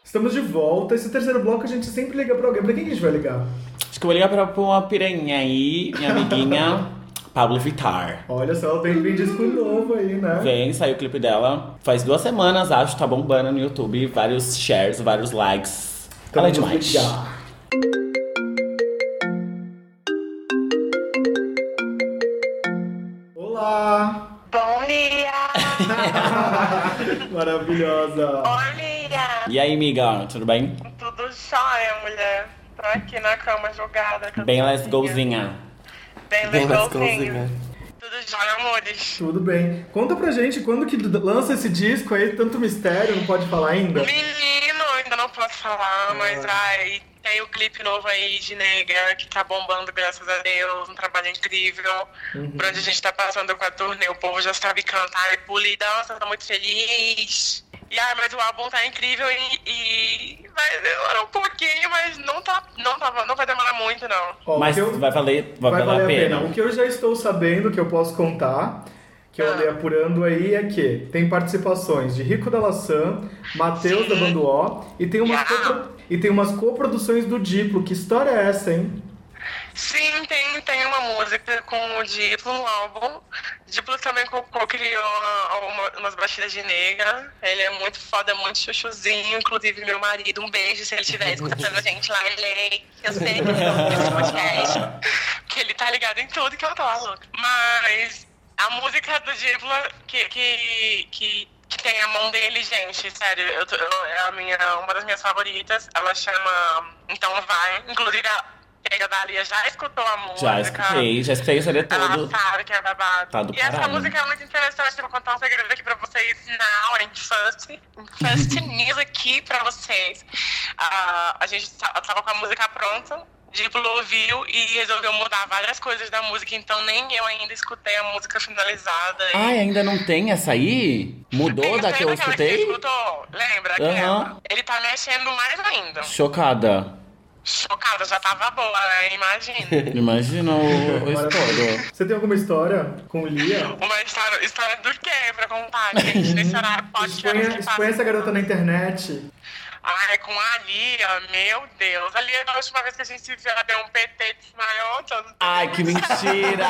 Estamos de volta. Esse terceiro bloco a gente sempre liga pra alguém. Pra quem que a gente vai ligar? Acho que eu vou ligar pra, pra uma piranha aí, minha amiguinha, Pablo Vittar. Olha só, ela tem, tem disco novo aí, né? Vem, saiu o clipe dela. Faz duas semanas, acho, tá bombando no YouTube. Vários shares, vários likes. Então Ela é vamos demais. ligar. Olá! Bom dia! Maravilhosa! Bom dia! E aí, amiga, tudo bem? Tudo jóia, mulher. Tô aqui na cama jogada. com a Bem minha let's filha. gozinha. Bem Bem legalzinho. lascãozinha. Tudo jóia, amores. Tudo bem. Conta pra gente quando que d- lança esse disco aí, tanto mistério, não pode falar ainda? Menino, ainda não posso falar, mas ai, tem o clipe novo aí de Nega, que tá bombando, graças a Deus. Um trabalho incrível. Por onde a gente tá passando com a turnê, o povo já sabe cantar e pula e dança, tá muito feliz. E ai, mas o álbum tá incrível e, e vai demorar um pouquinho, mas não tá. Não, tá, não vai demorar muito, não. Ó, o Mas que eu- vai valer, um- vai vai valer a pena. O que eu já estou sabendo, que eu posso contar, que eu Ah. andei apurando aí, é que tem participações de Rico da Laçã, Matheus da Bando O, e tem, umas Ah. copro- e tem umas coproduções do Diplo. Que história é essa, hein? Sim, tem, tem uma música com o Diplo, um álbum. Diplo também co- co-criou uma- uma- umas batidas de nega. Ele é muito foda, muito chuchuzinho. Inclusive, meu marido, um beijo se ele estiver escutando a gente lá em LA. Eu sei que ele ouve esse podcast. Porque ele tá ligado em tudo que eu tô, louca. Mas a música do Diplo, que, que, que, que tem a mão dele, gente, sério, eu tô- eu- é a minha, uma das minhas favoritas. Ela chama Então Vai. Inclusive, a Pega Dalia já escutou a música. Já escutei, já escutei o CD Ela todo. sabe que é babado. Tá do e essa caralho. música é muito interessante. Eu vou contar um segredo aqui pra vocês na hora, em First. [LAUGHS] First News aqui pra vocês. Ah, a gente ta- tava com a música pronta. Diplo ouviu e resolveu mudar várias coisas da música, então nem eu ainda escutei a música finalizada. e- Ai, ainda não tem essa aí? Mudou Lembra da que eu aquela Que escutei? você escutou? Lembra? Aham. aquela? Ele tá mexendo mais ainda. Chocada. Chocada, já tava boa, né? [LAUGHS] Imagina. Imagina o, o estouro. Você tem alguma história com Lia? Uma história, história do quê pra contar, gente? Nesse horário pode ser Expõe, expõe essa garota na internet. é Ai, com a Lia, meu Deus. A Lia, na última vez que a gente se viu, ela deu um PT desmaiou. faltando. Ai, que mentira!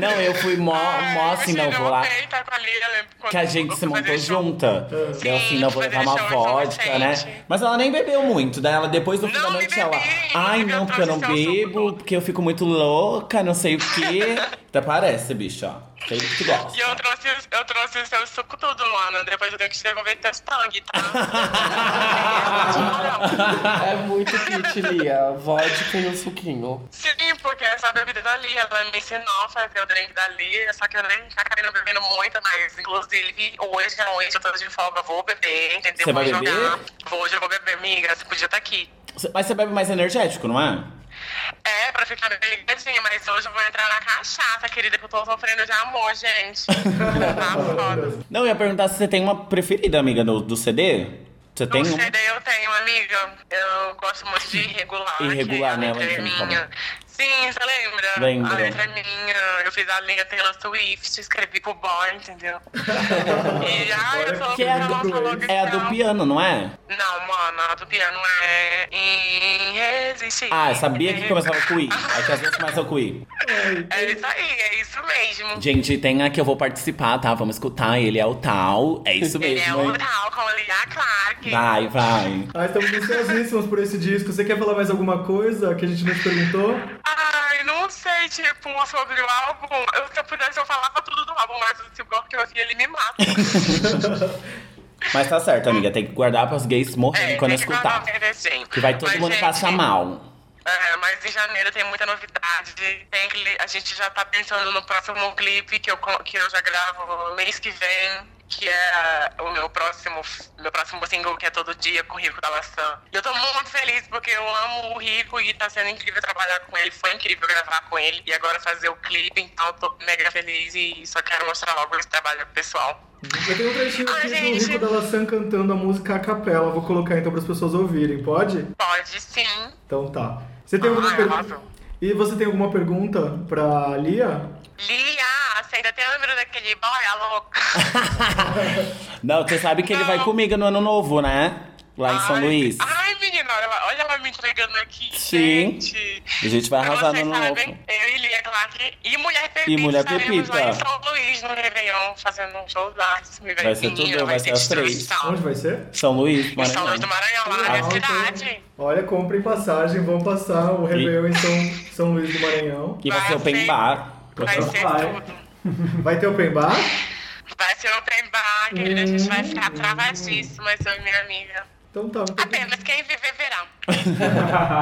não, eu fui mó, mó assim, não, vou lá. Tá com a Lia, lembro quando Que a gente se eu fui fazer montou show. junta. Deu assim, não, vou Sim, levar uma fazer show, vodka, né? gente. Mas ela nem bebeu muito. Daí ela, depois do fim da Não, noite, me ela. bebi, me Ai, bebi não, a porque eu não transição, bebo, socorro. porque eu fico muito louca, não sei o quê. Até parece, bicho, ó. Tem gente que E eu gosta. trouxe, eu trouxe o seu suco tudo, Luana. Depois eu tenho que te devolver teus tangue, [LAUGHS] tá? [LAUGHS] É muito kit, Lia. Vodka e um suquinho. Sim, porque essa é a bebida da Lia, ela me ensinou a fazer o drink da Lia, só que eu nem acabei não bebendo muito, mas inclusive hoje à noite eu tô de folga, eu vou beber, entendeu? Você vou vai beber? jogar. Vou, hoje eu vou beber, amiga, você podia estar aqui. Mas você bebe mais energético, não é? É, pra ficar bem ligadinha, mas hoje eu vou entrar na cachaça, querida, que eu tô sofrendo de amor, [LAUGHS] gente. tá foda. Não, eu ia perguntar se você tem uma preferida, amiga, do, do CD? Você tem um? No uma? CD eu tenho, amiga. Eu gosto muito de irregular. que Irregular, a né? letra é Ela me falou. minha. Sim, você lembra? Lembro. A letra é minha. Eu fiz a linha Taylor Swift, escrevi pro boy, [LAUGHS] entendeu? e ai, eu tô Que é a do- É a então. do piano, não é? Não, mano, a do piano é irresistível. Ah, eu sabia que começava com I. Aí que às vezes começa com I. É isso aí, é isso mesmo. Gente, tem a que eu vou participar, tá? Vamos escutar. Ele é o tal. É isso Ele é mesmo, o hein? tal com a Lia Clark. Vai, vai. Nós estamos ansiosíssimos por esse disco. Você quer falar mais alguma coisa que a gente não te perguntou? Ai, não sei, tipo, sobre o álbum. Eu, se eu pudesse, eu falava tudo do álbum, mas se bloco que eu vi, ele [LAUGHS] me mata. Mas tá certo, amiga. Tem que guardar pras gays morrerem É, quando É, tem que escutar. guardar o merezinho. Que vai todo Mas, mundo gente, passar mal. É, mas em janeiro tem muita novidade. Tem cli- a gente já tá pensando no próximo clipe que eu, co- que eu já gravo mês que vem, que é o meu próximo, f- meu próximo single, que é Todo Dia, com o Rico da Maçã. E eu tô muito feliz, porque eu amo o Rico e tá sendo incrível trabalhar com ele. Foi incrível gravar com ele e agora fazer o clipe, então eu tô mega feliz e só quero mostrar logo esse trabalho pro pessoal. Eu tenho um trechinho Ai, aqui do gente. Rico da Laçã cantando a música a capela. Vou colocar então para as pessoas ouvirem, pode? Pode sim. Então tá. Você tem alguma Ai, pergunta? arrasou. E você tem alguma pergunta pra Lia? Lia, você ainda tem o número daquele boy, a louca? Não, você sabe que ele vai comigo no ano novo, né? Lá em São Ai, Luís. Ai, menina, olha ela, olha ela me entregando aqui. Sim. Gente. A gente vai Pra arrasar no vocês ano sabem, novo. Eu e Lia Clark e Mulher Pepita. E Mulher estaremos Pepita. Lá em São Luís, no Réveillon, fazendo um show da arte. Vai ser tudo, vai ser às três. Onde vai ser? São Luís, Em São Luís do Maranhão. Maranhão, lá na Ah, minha ok. cidade. Olha, comprem passagem, vão passar o Réveillon em São, São Luís do Maranhão. E vai Vai ser o Open ser- Bar. Vai ser Vai. tudo. Vai ter open bar? Vai ser open bar, querida. A gente vai ficar travadíssima, eu e minha amiga. Então tá, muito, Apenas quem viver verá.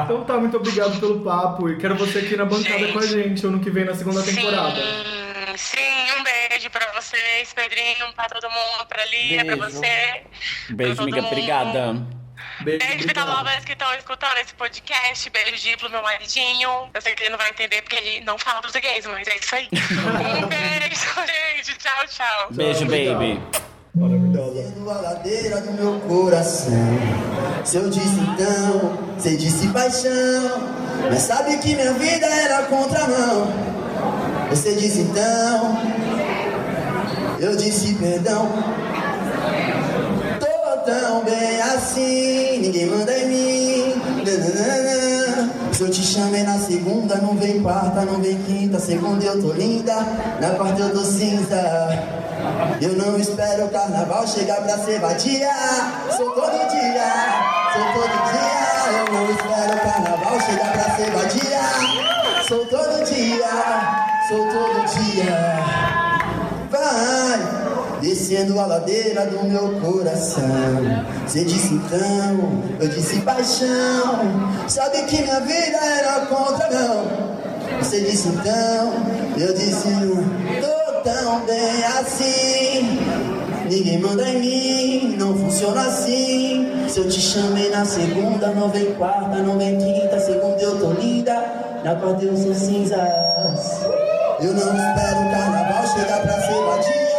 então tá, muito obrigado pelo papo e quero você aqui na bancada Gente. com a gente ano que vem na segunda temporada. Sim, sim, um beijo pra vocês, Pedrinho, pra todo mundo, pra Lia, pra Beijo. você. pra Beijo, todo amiga. mundo. Obrigada. Beijo, Beijo, Vita obrigado. Lovers, que estão escutando esse podcast. Beijo, Diplo, meu maridinho. Eu sei que ele não vai entender porque ele não fala português, mas é isso aí. um beijo, [LAUGHS] gente. Tchau, tchau. Beijo, obrigado. baby. Maravilhosa. Descendo a ladeira do meu coração. Se eu disse então, você disse paixão. Mas sabe que minha vida era contramão. Você disse então, eu disse perdão. Tô tão bem assim, ninguém manda em mim. Nananana. Se eu te chamei na segunda, não vem quarta, não vem quinta. Segunda eu tô linda, na quarta eu tô cinza. Eu não espero o carnaval chegar pra ser vadia. Sou todo dia, sou todo dia. Eu não espero o carnaval chegar pra ser vadia. Sou todo dia, sou todo dia. Vai descendo a ladeira do meu coração. Você disse então, eu disse paixão. Sabe que minha vida era contra não. Você disse então, eu disse não. Tô tão bem assim. Ninguém manda em mim, não funciona assim. Se eu te chamei na segunda, não vem quarta, não vem quinta. Segunda eu tô linda, na quarta eu sou cinzas. Eu não espero o carnaval chegar pra ser vadia.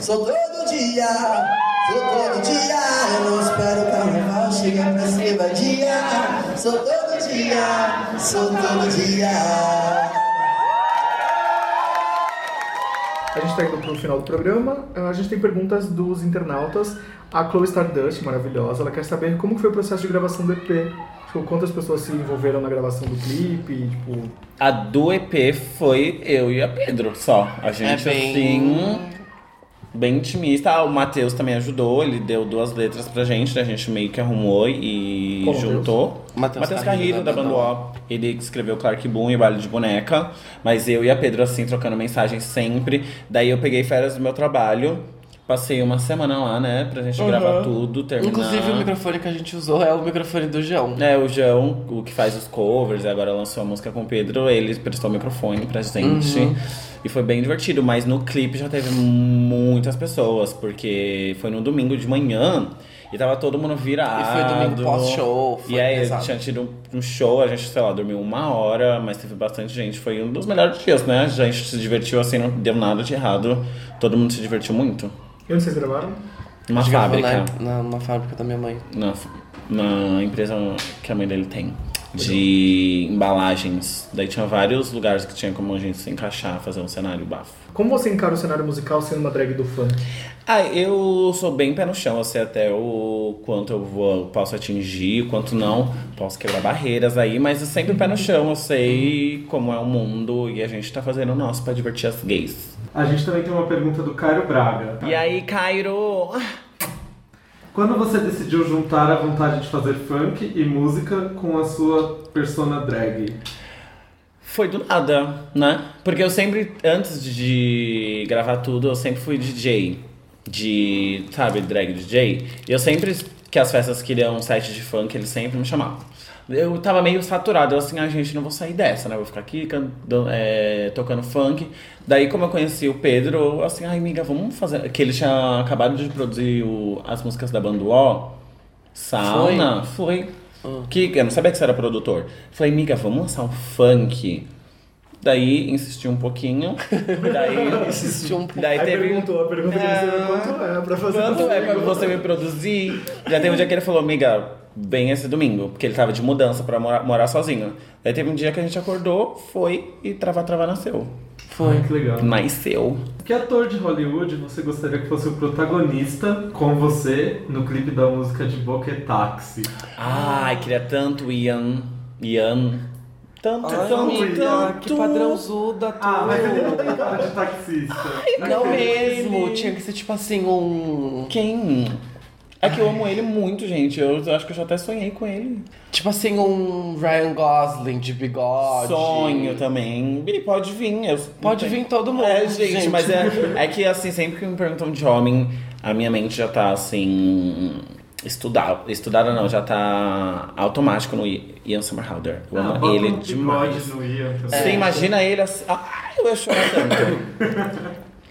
Sou todo dia, sou todo dia. Eu não espero o carnaval chegar pra ser vadia. Sou todo dia, sou todo dia. A gente tá indo pro final do programa. Ah, A gente tem perguntas dos internautas. A Chloe Stardust, maravilhosa, ela quer saber como que foi o processo de gravação do EP. Tipo, quantas pessoas se envolveram na gravação do clipe, tipo... A do EP foi eu e a Pedro só. A gente, É bem- assim, bem intimista. Ah, o Matheus também ajudou, ele deu duas letras pra gente, né? A gente meio que arrumou e Qual Matheus? juntou. Matheus né? Matheus Carrilho, Carrilho, da da Bando Banda Ó. Ele que escreveu Clark Boom e Baile de Boneca. Mas eu e a Pedro, assim, trocando mensagem sempre. Daí eu peguei férias do meu trabalho. Passei uma semana lá, né? Pra gente gravar tudo, terminar. Uhum. Inclusive, o microfone que a gente usou é o microfone do João. É, o João, o que faz os covers, e agora lançou a música com o Pedro, ele prestou o microfone pra gente. Uhum. E foi bem divertido, mas no clipe já teve muitas pessoas, porque foi no domingo de manhã e tava todo mundo virado. E foi domingo pós-show, foi Ah, E aí pesado. tinha tido um show, a gente, sei lá, dormiu uma hora, mas teve bastante gente. Foi um dos melhores dias, né? A gente se divertiu assim, não deu nada de errado. Todo mundo se divertiu muito. E onde vocês gravaram? Uma A gente gravou fábrica né? Na, na, na fábrica da minha mãe. na, na empresa que a mãe dele tem de embalagens. Daí tinha vários lugares que tinha como a gente se encaixar, fazer um cenário bafo. Como você encara o cenário musical sendo uma drag do funk? Ah, eu sou bem pé no chão, assim, até o quanto eu vou, posso atingir, o quanto não, posso quebrar barreiras aí, mas eu sempre pé no chão, eu sei como é o mundo e a gente tá fazendo o nosso pra divertir as gays. A gente também tem uma pergunta do Cairo Braga. E aí, Cairo? Quando você decidiu juntar a vontade de fazer funk e música com a sua persona drag? Foi do nada, né? Porque eu sempre, antes de gravar tudo, eu sempre fui DJ. De, sabe, drag DJ. E eu sempre que as festas queriam um site de funk, eles sempre me chamavam. Eu tava meio saturado, eu assim, a gente, não vou sair dessa, né? Eu Vou ficar aqui can- dan- é, tocando funk. Daí, como eu conheci o Pedro, eu assim, ai, amiga, vamos fazer. Que ele tinha acabado de produzir o- as músicas da banda UO. Sauna, foi. Que eu não sabia que você era produtor. Falei, miga, vamos lançar um funk. Daí insisti um pouquinho. Daí Existiu um Daí Aí teve perguntou, a pergunta que ele recebeu, quanto é pra fazer quanto isso? é pra você me produzir? Já teve um dia que ele falou, amiga, vem esse domingo, porque ele tava de mudança pra morar, morar sozinho. Daí teve um dia que a gente acordou, foi e Trava Trava nasceu. Foi. que legal. Nasceu. Que ator de Hollywood você gostaria que fosse o protagonista com você no clipe da música de Boca é Taxi? Ai, queria tanto Ian. Ian. Tanto, tanto, tanto. que padrãozuda, tudo. Ah, mas ele não tem cara de taxista. Não é mesmo, tinha que ser tipo assim, um. Quem? É que eu amo ele muito, gente. Eu acho que eu já até sonhei com ele. Tipo assim, um Ryan Gosling de bigode. Sonho também. E pode vir. Eu Pode vir todo mundo. É, gente, mas é, é que assim, sempre que me perguntam de homem, a minha mente já tá assim. Estudar, estudada não, já tá automático no I- Ian Somerhalder. Eu Ah, amo bota ele é um bigode demais. no Ian também. Você imagina ele assim. Ai, eu ia chorar tanto.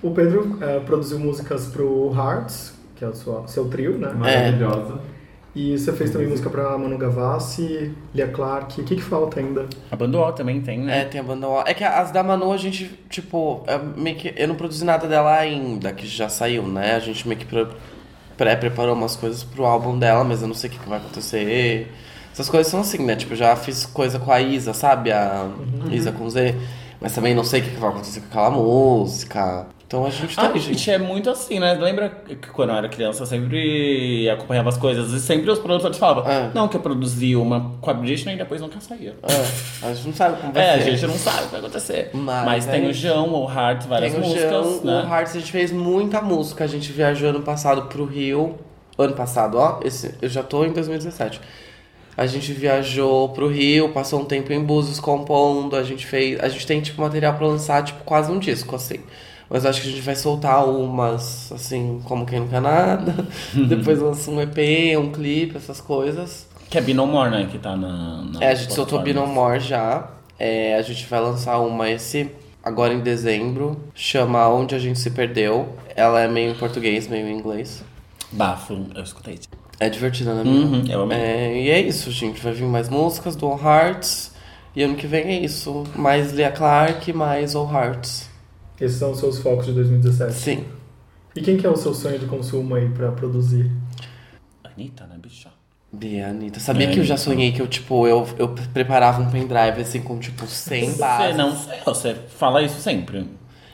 O Pedro eh, produziu músicas pro Hearts, que é o sua- seu trio, né? Maravilhosa. E você fez também música pra Manu Gavassi, Lia Clark. O que, que falta ainda? a banda O também tem, É, né? tem a banda O. É que as da Manu a gente, tipo, é meio que. Eu não produzi nada dela ainda, que já saiu, né? A gente meio que pre- pré-preparou umas coisas pro álbum dela, mas eu não sei o que, que vai acontecer. Essas coisas são assim, né? Tipo, já fiz coisa com a Isa, sabe? A Uhum. Isa com Z. Mas também não sei o que, que vai acontecer com aquela música. Então a gente tá Ah, aí, gente. gente, é muito assim, né? Lembra que quando eu era criança eu sempre acompanhava as coisas e sempre os produtores falavam: É. Não, que eu produzi uma com a Britney e depois nunca saía. É, a gente não sabe como vai É, a ser. gente não sabe o que vai acontecer. Mas Mas, tem é o isso. João, o Hart, várias Tem o músicas, Jão, né? O Hearts, a gente fez muita música. A gente viajou ano passado pro Rio. Ano passado, ó. Esse, eu já tô em 2017. A gente viajou pro Rio, passou um tempo em Búzios compondo. A gente fez. A gente tem, tipo, material pra lançar, tipo, quase um disco, assim. Mas acho que a gente vai soltar umas, assim, como quem não [LAUGHS] quer nada. Depois lança um EP, um clipe, essas coisas. Que é Binomor, né? Que tá na. na É, a gente soltou plataforma. Binomore já. É, a gente vai lançar uma esse agora em dezembro. Chama Onde a gente se perdeu. Ela é meio em português, meio em inglês. Bafo, eu escutei. É divertida, né, amiga? Uhum, eu amei. É, e é isso, gente. Vai vir mais músicas do All Hearts. E ano que vem é isso. Mais Lia Clark, mais All Hearts. Esses são os seus focos de 2017. Sim. E quem que é o seu sonho de consumo aí pra produzir? Anitta, né, bicha? Bia, Anitta. Sabia É, que eu já Anitta. sonhei que eu, tipo, eu, eu preparava um pendrive assim com, tipo, 100 Você bases. não sei, você fala isso sempre.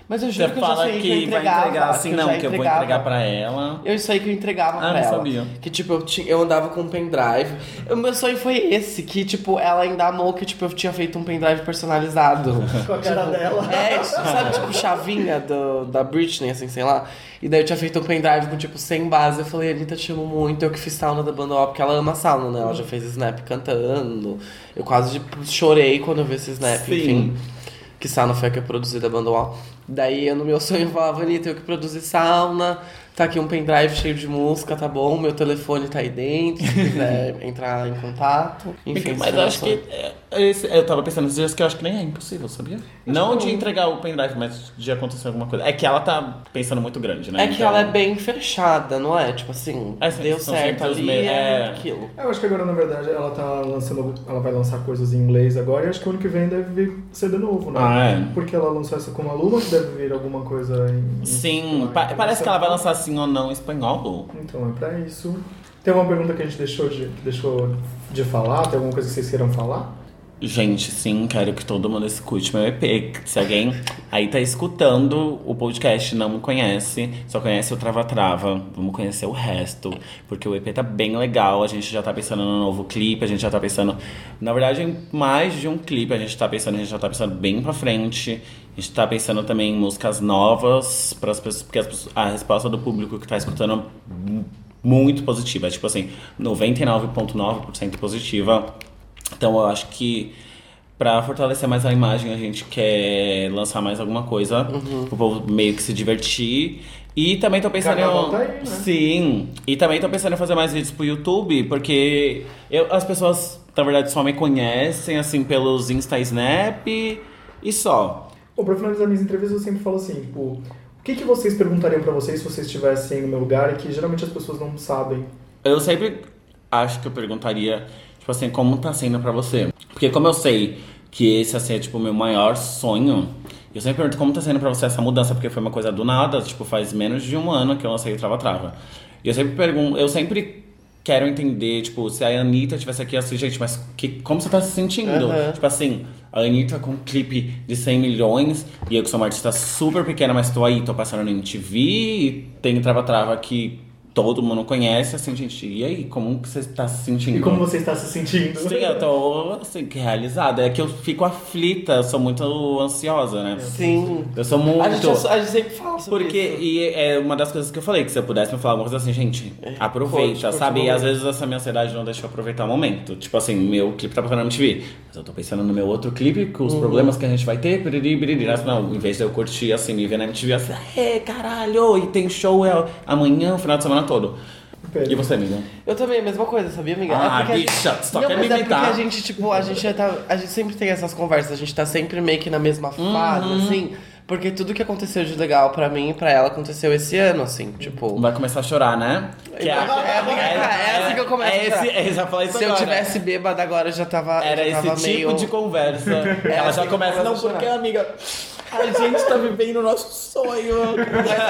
Mas eu Você juro que eu já fala sei que, que, eu vai entregava. entregar assim, eu não, já que eu vou entregava. entregar pra ela. Eu isso aí que eu entregava Ah, pra não ela. sabia. Que tipo, eu, tinha, eu andava com um pendrive. O meu sonho foi esse, que tipo, ela ainda amou que tipo, eu tinha feito um pendrive [LAUGHS] personalizado. Com a Tipo, cara dela. É, sabe, tipo, chavinha do, da Britney, assim, sei lá. E daí eu tinha feito um pendrive com, tipo, 100 bases. Eu falei, Anitta, te amo muito. Eu que fiz sauna da banda O, porque ela ama sauna, né? Ela já fez Snap cantando. Eu quase, tipo, chorei quando eu vi esse Snap, Sim. enfim. Que sauna foi a que eu produzi da banda O. Daí eu, no meu sonho, eu falava, Anitta, eu que produzi sauna. Tá aqui um pendrive cheio de música, tá bom? Meu telefone tá aí dentro, se quiser [LAUGHS] entrar em contato. Enfim, mas esse foi eu meu acho sonho. que. é, esse- eu tava pensando esses dias que eu acho que nem é impossível, sabia? Não de entregar o pendrive, mas de acontecer alguma coisa. É que ela tá pensando muito grande, né? É que Então- ela é bem fechada, não é? Tipo assim, É, sim, deu são certo sempre os ali, me- é é. aquilo. Eu acho que agora, na verdade, ela tá lançando. Ela vai lançar coisas em inglês agora e acho que o ano que vem deve vir CD novo, né? Ah, é. Porque ela lançou essa com uma luma que deve vir alguma coisa em. Sim, em- pa- parece que ela vai lançar assim ou não em espanhol. Então é pra isso. Tem uma pergunta que a gente deixou de, que deixou de falar? Tem alguma coisa que vocês queiram falar? Gente, sim, quero que todo mundo escute meu EP. Se alguém aí tá escutando o podcast e não me conhece, só conhece o Trava Trava, vamos conhecer o resto. Porque o EP tá bem legal, a gente já tá pensando no novo clipe, a gente já tá pensando, na verdade, em mais de um clipe, a gente tá pensando, a gente já tá pensando bem pra frente. A gente tá pensando também em músicas novas, pras pessoas, porque as pessoas- a resposta do público que tá escutando é muito positiva. É tipo assim, 99,9% positiva. Então eu acho que pra fortalecer mais a imagem, a gente quer lançar mais alguma coisa pro povo meio que se divertir. E também tô pensando Carnaval em. tá aí, né? Sim. E também tô pensando em fazer mais vídeos pro YouTube, porque eu- as pessoas, na verdade, só me conhecem assim pelos Insta e Snap e só. Bom, pra finalizar minhas entrevistas, eu sempre falo assim, tipo, o que, que vocês perguntariam pra vocês se vocês estivessem no meu lugar e que geralmente as pessoas não sabem? Eu sempre acho que eu perguntaria, tipo assim, como tá sendo pra você. Porque como eu sei que esse assim, é tipo o meu maior sonho, eu sempre pergunto como tá sendo pra você essa mudança, porque foi uma coisa do nada, tipo, faz menos de um ano que eu lancei o Trava Trava. E eu sempre pergunto, eu sempre quero entender, tipo, se a Anitta estivesse aqui assim, gente, mas que, como você tá se sentindo? Aham. Tipo assim, a Anitta com um clipe de 100 milhões e eu que sou uma artista super pequena, mas tô aí, tô passando no MTV e tem trava-trava que todo mundo conhece, assim, gente, e aí, como que você tá se sentindo? E como você está se sentindo? Sim, eu tô, assim, que realizada. É que eu fico aflita, eu sou muito ansiosa, né? Sim. Eu sou muito... A gente, a gente sempre fala sobre Porque, isso. e é uma das coisas que eu falei, que se eu pudesse me falar alguma coisa assim, gente, curte, aproveita, curte sabe? o E às momento. vezes essa minha ansiedade não deixa eu aproveitar o momento. Tipo assim, meu clipe tá passando na MTV, mas eu tô pensando no meu outro clipe, com Uhum. os problemas que a gente vai ter, piriri, piriri. Mas Não, em vez de eu curtir assim, me ver na MTV, assim, é, caralho, e tem show é, amanhã, o final de semana todo. Pedro. E você, amiga? Eu também, a mesma coisa, sabia, amiga? É Ah, porque a bicha, gente- só não, quer mas me é porque imitar. a gente, tipo, a gente já tá. A gente sempre tem essas conversas, a gente tá sempre meio que na mesma Uhum. fase, assim. Porque tudo que aconteceu de legal pra mim e pra ela aconteceu esse ano, assim, tipo. Vai começar a chorar, né? Que É, amiga, é assim que eu começo É a chorar. esse, é, já falei isso Se eu agora. tivesse bêbada agora, eu já tava. Era eu já tava esse tipo meio... de conversa. Ela assim já que começa, eu não, começo a porque, chorar." amiga, a gente tá vivendo o nosso sonho. [LAUGHS]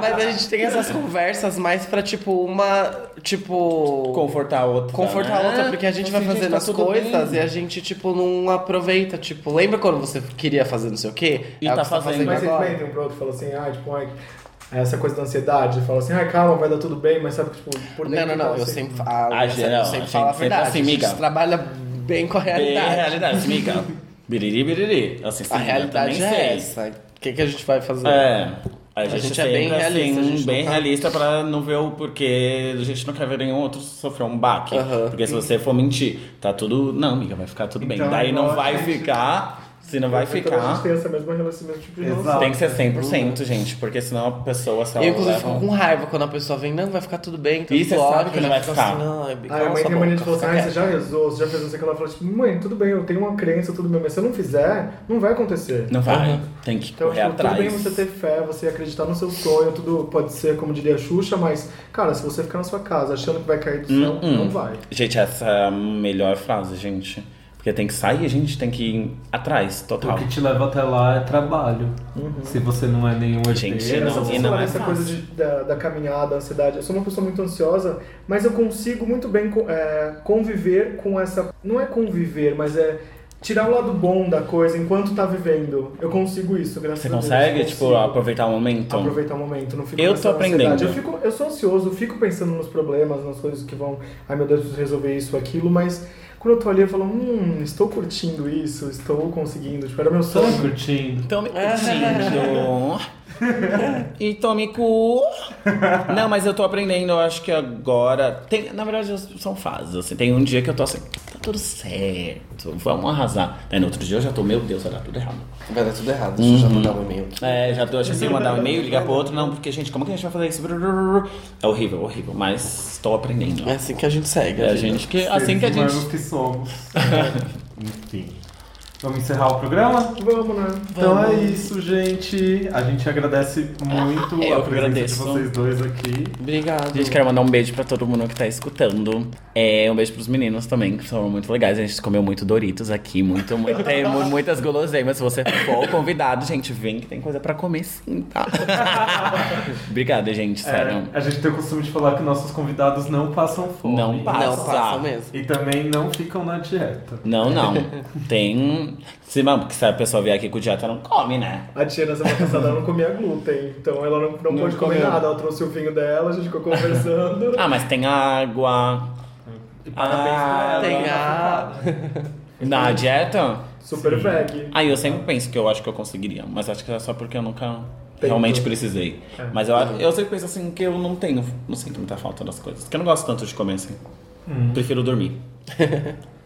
Mas a gente tem essas conversas mais pra, tipo, uma. Tipo. Confortar a outra. né? confortar a outra, porque a Tipo gente assim, vai fazendo tá fazer as coisas e a gente, tipo, não aproveita. Tipo, lembra quando você queria fazer não sei o quê? E É o tá que você fazendo. Mas vocês agora. comentam um pro outro e falam assim, ah, tipo, ai, essa coisa da ansiedade, fala assim, ai, calma, vai dar tudo bem, mas sabe que, tipo, por Não, dentro não, tá não. Eu assim, sempre falo. Ah, eu geral, eu a sempre gente falo a sempre verdade. assim, a gente miga. trabalha bem com a É a realidade. realidade, amiga. Biriri, biriri. Assim, sim, A eu realidade também é sei. essa. O que, que a gente vai fazer? É. A gente gente, é bem sempre, realista, a Assim, gente bem não tá- realista pra não ver o porquê. A gente não quer ver nenhum outro sofrer um baque. Aham. Porque se você for mentir, tá tudo. Não, amiga, vai ficar tudo bem. Então, Daí não agora a vai gente- ficar. Se não vai Então, A ficar. gente tem essa mesma relação, esse mesmo tipo de Exato. relação. Tem que ser 100%, gente, porque senão a pessoa se ela Eu, inclusive, leva- um- fico com raiva quando a pessoa vem, não, vai ficar tudo bem, tudo E você é sabe que eu não já vai fico ficar. assim, não, é bem- Ah, minha cala mãe sua tem mania de boca, falar assim, fica ah, você quieto." já rezou, você já fez não sei o que. Ela fala, tipo, mãe, tudo bem, eu tenho uma crença, tudo bem, mas se eu não fizer, não vai acontecer. Não vai. Uhum. Tem que Então, correr tipo, atrás. tudo bem você ter fé, você acreditar no seu sonho, tudo pode ser, como diria a Xuxa, mas, cara, se você ficar na sua casa achando que vai cair do Hum, céu, não vai. Gente, essa é a melhor frase, gente. Porque tem que sair, a gente tem que ir atrás, O total. que te leva até lá é trabalho. Se você não é nenhum Uhum. Gente, É herdeiro. não- engraçado você e não falar é essa fácil. coisa de- da, da caminhada, ansiedade. Eu sou uma pessoa muito ansiosa, mas eu consigo muito bem co- é, conviver com essa. Não é conviver, mas é tirar o lado bom da coisa enquanto tá vivendo. Eu consigo isso, graças Você a Deus. consegue, eu tipo, consigo aproveitar o momento? assim, aproveitar o momento, não fico Então, Eu nessa tô aprendendo. ansiedade. Eu, fico, eu sou ansioso, fico pensando nos problemas, nas coisas que vão, ai meu Deus, preciso resolver isso, aquilo, mas quando eu tô ali eu falo, hum, estou curtindo isso, estou conseguindo, tipo, era meu Estou sonho. tá curtindo. Tô me curtindo. e tome cu. Não, mas eu tô aprendendo, eu acho que agora. Tem, na verdade, são fases. Assim. Tem um dia que eu tô assim, tá tudo certo, vamos arrasar. Aí no outro dia eu já tô, meu Deus, vai dar tudo errado. Vai dar tudo errado, deixa eu Uhum. já mandar um e-mail. É, já tô achando assim, mandar um e-mail, ligar pro outro, não, porque, gente, como que a gente vai fazer isso? É horrível, horrível, mas estou aprendendo. É assim que a gente segue. É a vida. gente que. Assim que a Seres gente. humanos que somos. [LAUGHS] Enfim. Vamos encerrar o programa? Vamos, né? Então é isso, gente. A gente agradece muito eu a presença agradeço. de vocês dois aqui. Obrigado. A gente quer mandar um beijo pra todo mundo que tá escutando. É, um beijo pros meninos também, que são muito legais. A gente comeu muito Doritos aqui, muito, muito. Tem mu- muitas guloseimas. Se você for convidado, gente, vem que tem coisa pra comer sim, tá? [LAUGHS] Obrigada, gente, sério. É, a gente tem o costume de falar que nossos convidados não passam fome. Não passam. Não, passa mesmo. E também não ficam na dieta. Não, não. Tem. Se, não, porque se a pessoa vier aqui com dieta, não come, né? A tia na semana passada ela não comia glúten, então ela não, não, pôde comer comeu. nada. Ela trouxe o vinho dela, a gente ficou conversando. Ah, mas tem água. Ah, E parabéns É, pra ela. Tem a... Na dieta? Super veg. Aí Ah, eu sempre penso que eu acho que eu conseguiria, mas acho que é só porque eu nunca realmente precisei. Mas eu, eu sempre penso assim que eu não tenho, não sinto muita falta das coisas. Que eu não gosto tanto de comer assim. Prefiro dormir.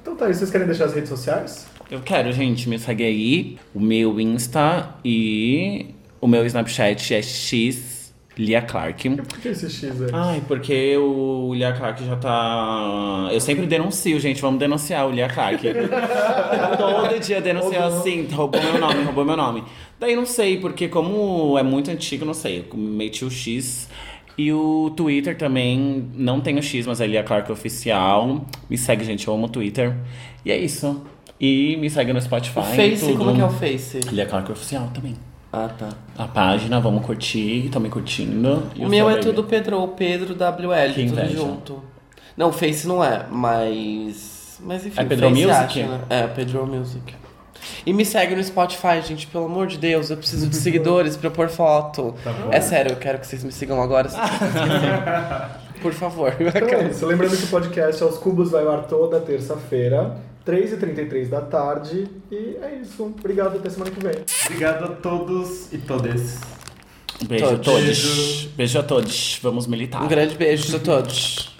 Então tá, e vocês querem deixar as redes sociais? Eu quero, gente, me segue aí. O meu Insta e o meu Snapchat é x Lia Clark. Por que é esse X aí? Ai, porque o Lia Clark já tá. Eu sempre denuncio, gente. Vamos denunciar o Lia Clark. [LAUGHS] Todo dia denuncio assim, roubou meu nome, roubou meu nome. Daí não sei, porque como é muito antigo, não sei, eu meti o X. E o Twitter também, não tem o X, mas é Lia Clark Oficial. Me segue, gente, eu amo o Twitter. E é isso. E me segue no Spotify. O Face, tudo. né? como que é o Face? Lia Clark Oficial também. Ah, tá. A página, vamos curtir, tão me curtindo. E O meu seu, é baby? tudo Pedro ou Pedro WL, Que tudo inveja. junto. Não, Face não é, mas. Mas enfim, É Pedro Face Music? acha, né? É, Pedro Music. E me segue no Spotify, gente, pelo amor de Deus, eu preciso de seguidores pra eu pôr foto. Tá é sério, eu quero que vocês me sigam agora. se vocês [LAUGHS] esquecerem. Por favor. Então é isso. Lembrando que o podcast Aos Cubos vai ao ar toda terça-feira, 3h33 da tarde. E é isso. Obrigado, até semana que vem. [LAUGHS] Obrigado a todos e todas. Beijo a Todos. todos. Beijo a todos. Vamos militar. Um grande beijo a todos.